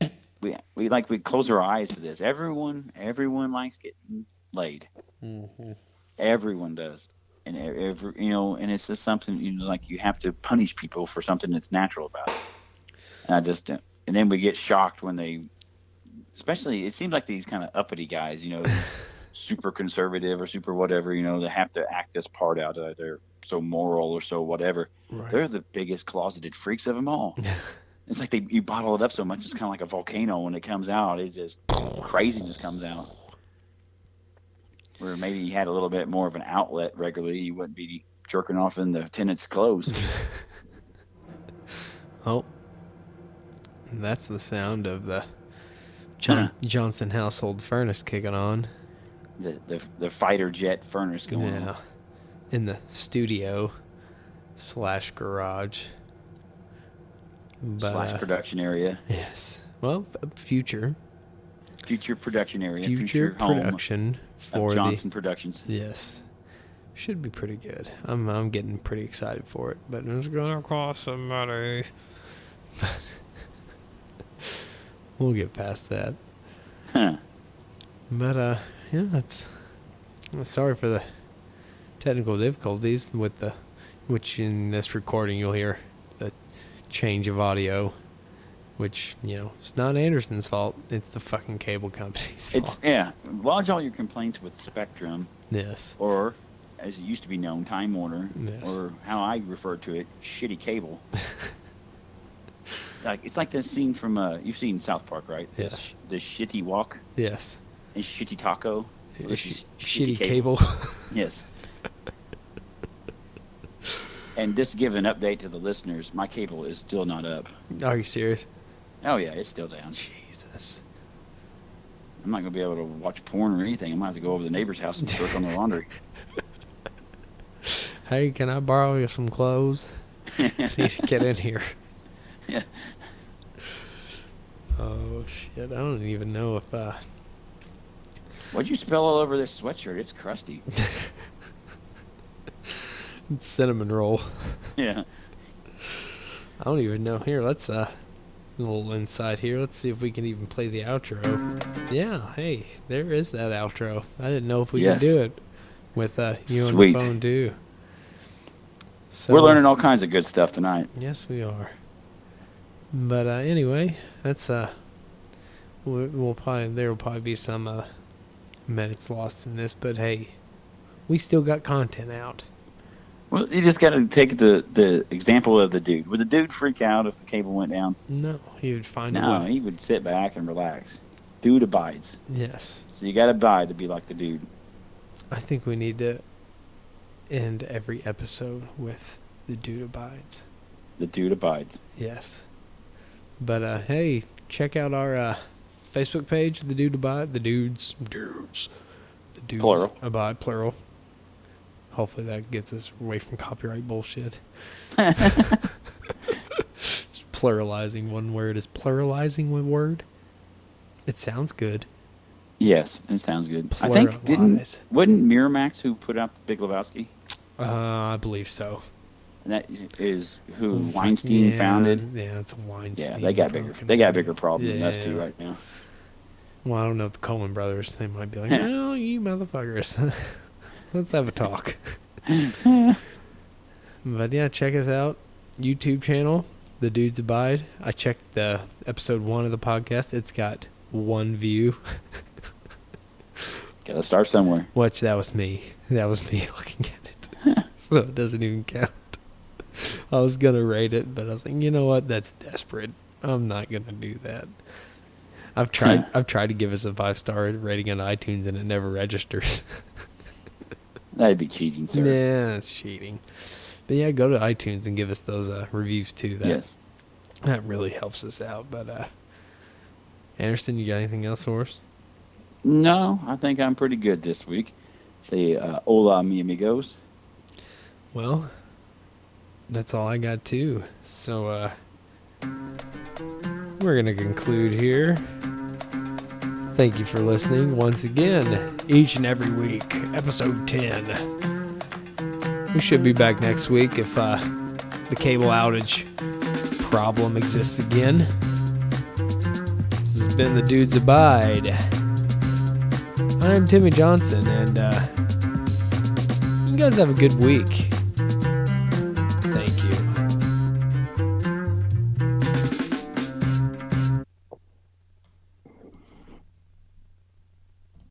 [SPEAKER 2] we we like we close our eyes to this. Everyone, everyone likes getting laid.
[SPEAKER 1] Mhm.
[SPEAKER 2] Everyone does, and e- every you know, and it's just something you know, like you have to punish people for something that's natural about it. And I just, don't- and then we get shocked when they, especially it seems like these kind of uppity guys, you know, these super conservative or super whatever, you know, they have to act this part out. That they're so moral or so whatever. They're
[SPEAKER 1] right.
[SPEAKER 2] the biggest closeted freaks of them all. It's like they you bottle it up so much. It's kind of like a volcano when it comes out. It just craziness comes out. Where maybe you had a little bit more of an outlet regularly, you wouldn't be jerking off in the tenant's clothes.
[SPEAKER 1] Oh, that's the sound of the John- Johnson household furnace kicking on.
[SPEAKER 2] the, the the fighter jet furnace going
[SPEAKER 1] Yeah.
[SPEAKER 2] on.
[SPEAKER 1] In the studio slash garage. But,
[SPEAKER 2] slash
[SPEAKER 1] uh,
[SPEAKER 2] production area,
[SPEAKER 1] Yes. Well, f- future,
[SPEAKER 2] future production area,
[SPEAKER 1] future,
[SPEAKER 2] future, home
[SPEAKER 1] production
[SPEAKER 2] of
[SPEAKER 1] for
[SPEAKER 2] Johnson Productions.
[SPEAKER 1] the yes, should be pretty good. I'm I'm getting pretty excited for it, but it's gonna cost some money. we'll get past that.
[SPEAKER 2] Huh.
[SPEAKER 1] But uh, yeah, that's. well, sorry for the technical difficulties with the, which in this recording you'll hear the change of audio, which you know it's not Anderson's fault. It's the fucking cable company's
[SPEAKER 2] It's
[SPEAKER 1] fault.
[SPEAKER 2] yeah. Lodge all your complaints with Spectrum
[SPEAKER 1] Yes.
[SPEAKER 2] or as it used to be known, Time Warner,
[SPEAKER 1] Yes.
[SPEAKER 2] or how I refer to it, shitty cable. like it's like the scene from uh, you've seen South Park, right? The
[SPEAKER 1] Yes.
[SPEAKER 2] sh- The, shitty walk
[SPEAKER 1] Yes.
[SPEAKER 2] and shitty taco. Well, this
[SPEAKER 1] Sh-
[SPEAKER 2] is
[SPEAKER 1] shitty cable.
[SPEAKER 2] Yes. and just to give an update to the listeners, my cable is still not up.
[SPEAKER 1] Are you serious?
[SPEAKER 2] Oh yeah, it's still down.
[SPEAKER 1] Jesus.
[SPEAKER 2] I'm not gonna be able to watch porn or anything. I'm gonna have to go over to the neighbor's house and work on the laundry.
[SPEAKER 1] Hey, can I borrow you some clothes? I need to get in here.
[SPEAKER 2] Yeah.
[SPEAKER 1] Oh shit! I don't even know if uh.
[SPEAKER 2] What'd you spill all over this sweatshirt? It's crusty.
[SPEAKER 1] Cinnamon roll.
[SPEAKER 2] yeah.
[SPEAKER 1] I don't even know. Here, let's uh, a little inside here. Let's see if we can even play the outro. Yeah, hey, there is that outro. I didn't know if we
[SPEAKER 2] Yes.
[SPEAKER 1] could do it with uh, you
[SPEAKER 2] Sweet.
[SPEAKER 1] on the phone too. So,
[SPEAKER 2] We're learning all kinds of good stuff tonight.
[SPEAKER 1] Yes, we are. But uh, anyway, that's uh, we'll, we'll probably there will probably be some uh, minutes lost in this, but hey, we still got content out.
[SPEAKER 2] Well, you just got to take the the example of the dude. Would the dude freak out if the cable went down?
[SPEAKER 1] No, he would find a
[SPEAKER 2] No,
[SPEAKER 1] way.
[SPEAKER 2] he would sit back and relax. Dude abides.
[SPEAKER 1] Yes,
[SPEAKER 2] So you got to abide to be like the dude.
[SPEAKER 1] I think we need to end every episode with the dude abides.
[SPEAKER 2] The dude abides.
[SPEAKER 1] Yes, but uh, hey, check out our uh, Facebook page, the dude abide, the dudes, dudes, the dudes
[SPEAKER 2] Plural.
[SPEAKER 1] abide, plural. Hopefully that gets us away from copyright bullshit. Just pluralizing one word is pluralizing one word. It sounds good.
[SPEAKER 2] Yes, it sounds good. I think didn't
[SPEAKER 1] Pluralize.
[SPEAKER 2] wouldn't Miramax who put out Big Lebowski?
[SPEAKER 1] Uh, I believe so.
[SPEAKER 2] And that is who
[SPEAKER 1] Oof,
[SPEAKER 2] Weinstein
[SPEAKER 1] Oh, yeah,
[SPEAKER 2] founded.
[SPEAKER 1] Yeah, it's Weinstein.
[SPEAKER 2] Yeah, they got bigger.
[SPEAKER 1] fucking-
[SPEAKER 2] They got bigger problems than us
[SPEAKER 1] Yeah.
[SPEAKER 2] two right now.
[SPEAKER 1] Well, I don't know if the Coleman brothers. They might be like, "No, you motherfuckers, let's have a talk." but yeah, check us out. YouTube channel, The Dudes Abide. I checked the episode one of the podcast. It's got one view.
[SPEAKER 2] Got to start somewhere.
[SPEAKER 1] Which that was me. That was me looking at it. so it doesn't even count. I was gonna rate it, but I was like, you know what? That's desperate. I'm not gonna do that. I've tried. I've tried to give us a five star rating on iTunes, and it never registers.
[SPEAKER 2] That'd be cheating, sir.
[SPEAKER 1] Nah, it's cheating. But yeah, go to iTunes and give us those uh, reviews too. That
[SPEAKER 2] Yes.
[SPEAKER 1] that really helps us out. But uh, Anderson, you got anything else for us?
[SPEAKER 2] No, I think I'm pretty good this week. Say, uh, hola, mi amigos.
[SPEAKER 1] Well, that's all I got too. So uh we're going to conclude here. Thank you for listening once again each and every week, episode 10. We should be back next week if uh the cable outage problem exists again. This has been the Dudes Abide. I'm Timmy Johnson and uh you guys have a good week.